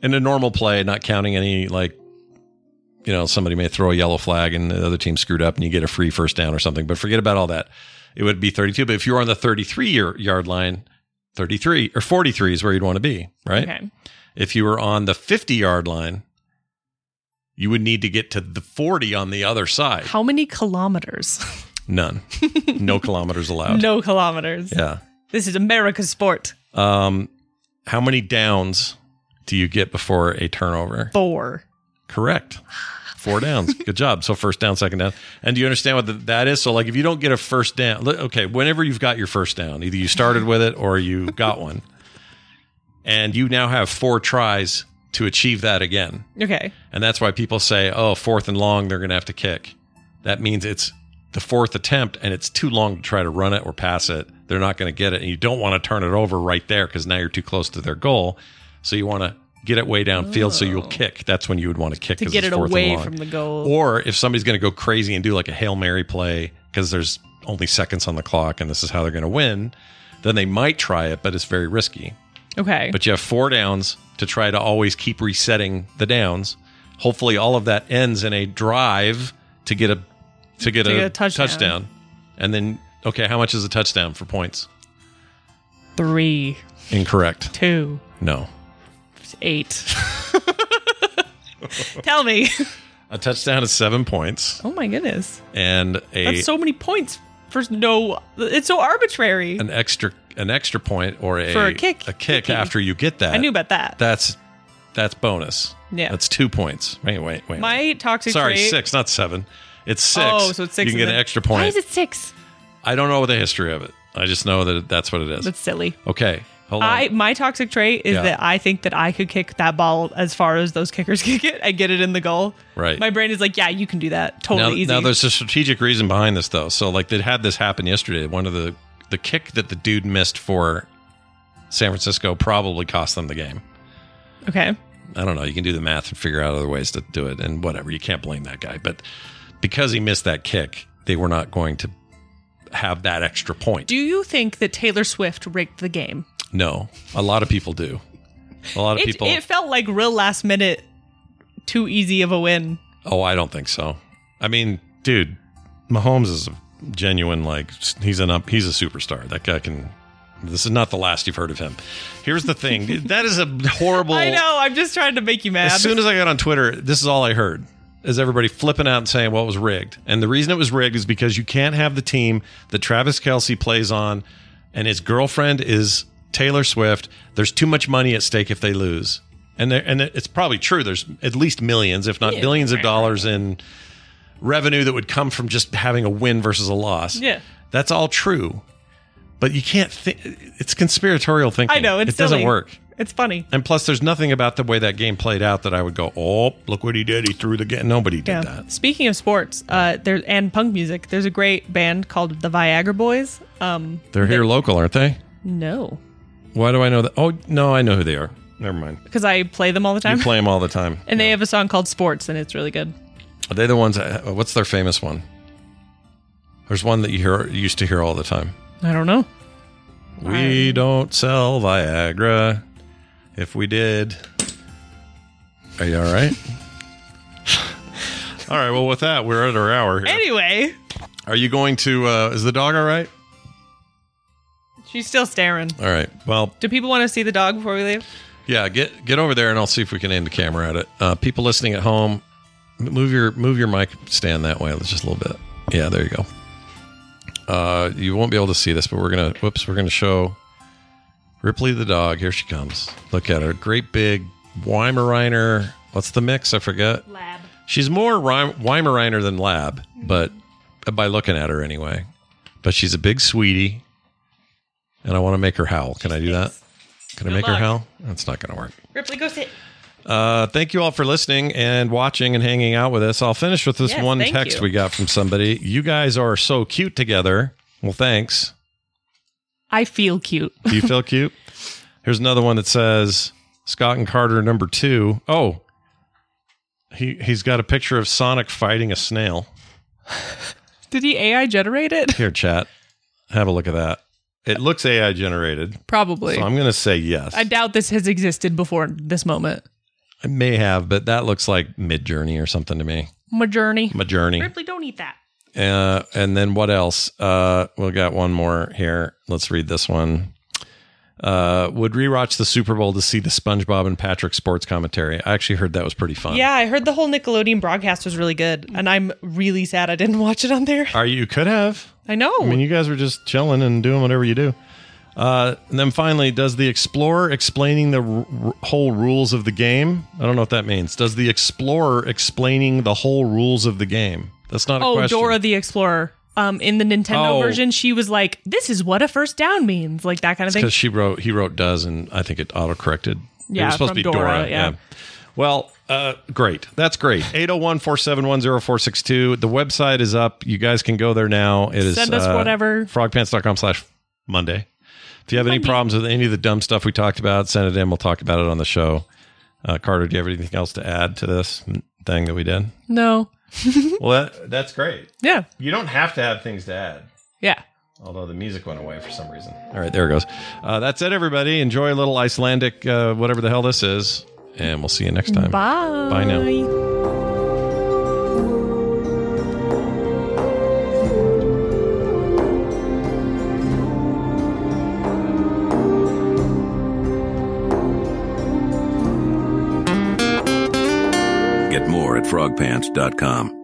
A: in a normal play, not counting any like, you know, somebody may throw a yellow flag and the other team screwed up and you get a free first down or something. But forget about all that. It would be 32. But if you're on the 33 year, yard line, 33 or 43 is where you'd want to be, right?
B: Okay.
A: If you were on the 50 yard line, you would need to get to the 40 on the other side.
B: How many kilometers? *laughs*
A: None. no kilometers allowed.
B: no kilometers.
A: Yeah.
B: This is America's sport.
A: Um, how many downs do you get before a turnover?
B: Four.
A: Correct. Four downs. Good job. So first down, second down. And do you understand what th- that is? So like if you don't get a first down, li- okay, whenever you've got your first down, either you started with it or you got one. And you now have four tries to achieve that again.
B: Okay.
A: And that's why people say, oh, fourth and long, they're going to have to kick. That means it's the fourth attempt and it's too long to try to run it or pass it. They're not going to get it. And you don't want to turn it over right there because now you're too close to their goal. So you want to get it way downfield so you'll
B: Oh.
A: kick. That's when you would want to kick
B: To
A: 'cause
B: get
A: it's
B: it
A: fourth and
B: away
A: long.
B: from the goal.
A: Or if somebody's going to go crazy and do like a Hail Mary play because there's only seconds on the clock and this is how they're going to win, then they might try it, but it's very risky
B: okay.
A: *laughs* but you have four downs to try to always keep resetting the downs. Hopefully, all of that ends in a drive to get a to get,
B: To
A: a,
B: get a touchdown.
A: touchdown. and then okay, how much is a touchdown for points?
B: Three,
A: Incorrect.
B: two,
A: No,
B: eight. *laughs* Tell me.
A: a touchdown is seven points,
B: *laughs* Oh my goodness.
A: and a
B: That's so many points for no. It's so arbitrary.
A: an extra an extra point or a
B: For a kick.
A: a kick
B: Kicking.
A: after you get that.
B: I knew about that.
A: that's that's bonus.
B: Yeah.
A: that's two points. Wait, wait, wait.
B: My toxic
A: Sorry,
B: trait.
A: six, not seven. It's six.
B: Oh, so it's six
A: You can
B: and
A: get
B: then-
A: an extra point.
B: Why is it six?
A: I don't know the history of it. I just know that that's what it is.
B: That's silly.
A: okay, hold on.
B: I my toxic trait is
A: Yeah.
B: that I think that I could kick that ball as far as those kickers *laughs* kick it and get it in the goal.
A: right.
B: My brain is like, yeah, you can do that. Totally
A: now,
B: easy.
A: now there's a strategic reason behind this though. So like they had this happen yesterday. One of the the kick that the dude missed for San Francisco probably cost them the game.
B: okay.
A: I don't know. You can do the math and figure out other ways to do it, and whatever. You can't blame that guy, but because he missed that kick, they were not going to have that extra point.
B: Do you think that Taylor Swift rigged the game?
A: no, a lot of people do. A lot of
B: It,
A: people.
B: it felt like real last minute, too easy of a win.
A: Oh, I don't think so. I mean, dude, Mahomes is a genuine like he's an up, he's a superstar. That guy can. This is not the last you've heard of him. Here's the thing.
B: *laughs*
A: that is a horrible.
B: I know. I'm just trying to make you mad.
A: As soon as I got on Twitter, this is all I heard. Is everybody flipping out and saying, well, it was rigged? And the reason it was rigged is because you can't have the team that Travis Kelsey plays on and his girlfriend is Taylor Swift. There's too much money at stake if they lose. And, there- and it's probably true. There's at least millions, if not billions of dollars in revenue that would come from just having a win versus a loss.
B: Yeah.
A: That's all true. But you can't think, it's conspiratorial thinking.
B: I know, it's
A: it doesn't
B: silly.
A: work.
B: it's funny.
A: And plus, there's nothing about the way that game played out that I would go, oh, look what he did. He threw the game. Nobody did
B: Yeah.
A: that.
B: Speaking of sports, uh, there and punk music. There's a great band called the Viagra Boys. Um,
A: They're here local, aren't they?
B: no,
A: Why do I know that? Oh, no, I know who they are. Never mind.
B: because I play them all the time,
A: You play them all the time.
B: and they have a song called "Sports," and it's really good.
A: Are they the ones? That, uh, what's their famous one? There's one that you hear used to hear all the time.
B: I don't know.
A: We don't sell Viagra. If we did, are you all right? *laughs* all right. Well, with that, we're at our hour here.
B: Anyway,
A: Are you going to? Uh, is the dog all right?
B: she's still staring.
A: All right. Well,
B: Do people want to see the dog before we leave?
A: Yeah, get get over there and I'll see if we can aim the camera at it. Uh, people listening at home, m- move your move your mic stand that way just a little bit. Yeah, there you go. Uh, you won't be able to see this, but we're gonna whoops, we're gonna show Ripley the dog. Here she comes. Look at her, great big Weimaraner. What's the mix? I forget. Lab. She's more Ri- Weimaraner than Lab, but uh, by looking at her anyway. But she's a big sweetie, and I want to make her howl. Can I do that? Can I make her
B: luck.
A: howl? That's not going to work.
B: Ripley, go sit.
A: Uh, thank you all for listening and watching and hanging out with us. I'll finish with this
B: Yes,
A: one
B: thank
A: text
B: you.
A: we got from somebody. You guys are so cute together. Well, thanks.
B: I feel cute.
A: Do you feel *laughs* cute? Here's another one that says Scott and Carter number two. Oh, he he's got a picture of Sonic fighting a snail.
B: Did he AI
A: *laughs*
B: generate it?
A: Here, chat. Have a look at that. It looks AI generated,
B: Probably.
A: so I'm going to say yes.
B: I doubt this has existed before this moment.
A: I may have, but that looks like Mid Journey or something to me.
B: My journey.
A: My Journey.
B: Ripley, don't eat that.
A: Uh, and then what else? Uh, we got one more here. Let's read this one. Uh, would rewatch the Super Bowl to see the SpongeBob and Patrick sports commentary. I actually heard that was pretty fun.
B: Yeah, I heard the whole Nickelodeon broadcast was really good, and I'm really sad I didn't *laughs* watch it on there.
A: Or you could have.
B: I know.
A: I mean, you guys were just chilling and doing whatever you do. Uh, and then finally, does the explorer explaining the r- r- whole rules of the game? I don't know what that means. Does the explorer explaining the whole rules of the game? That's not a
B: oh,
A: question.
B: Dora the Explorer. Um, in the Nintendo
A: Oh.
B: version, she was like, "This is what a first down means," like that kind of thing.
A: because she wrote he wrote does and I think it auto corrected. it
B: Yeah,
A: was supposed
B: from
A: to be Dora.
B: Dora, yeah.
A: Well, uh, great. That's great.
B: *laughs*
A: 801-471-0462. The website is up. You guys can go there now. It is
B: Send us
A: uh,
B: whatever.
A: frogpants.com slash Monday. If you have any problems with any of the dumb stuff we talked about, send it in. We'll talk about it on the show. Uh, Carter, do you have anything else to add to this thing that we did?
B: No, Hmm?
A: Well, that, that's great.
B: yeah,
A: You don't have to have things to add.
B: yeah.
A: Although the music went away for some reason. All right, there it goes. Uh, that's it, everybody. Enjoy a little Icelandic, uh, whatever the hell this is. And we'll see you next time.
B: Bye.
A: Bye now.
G: Get more at frogpants.com.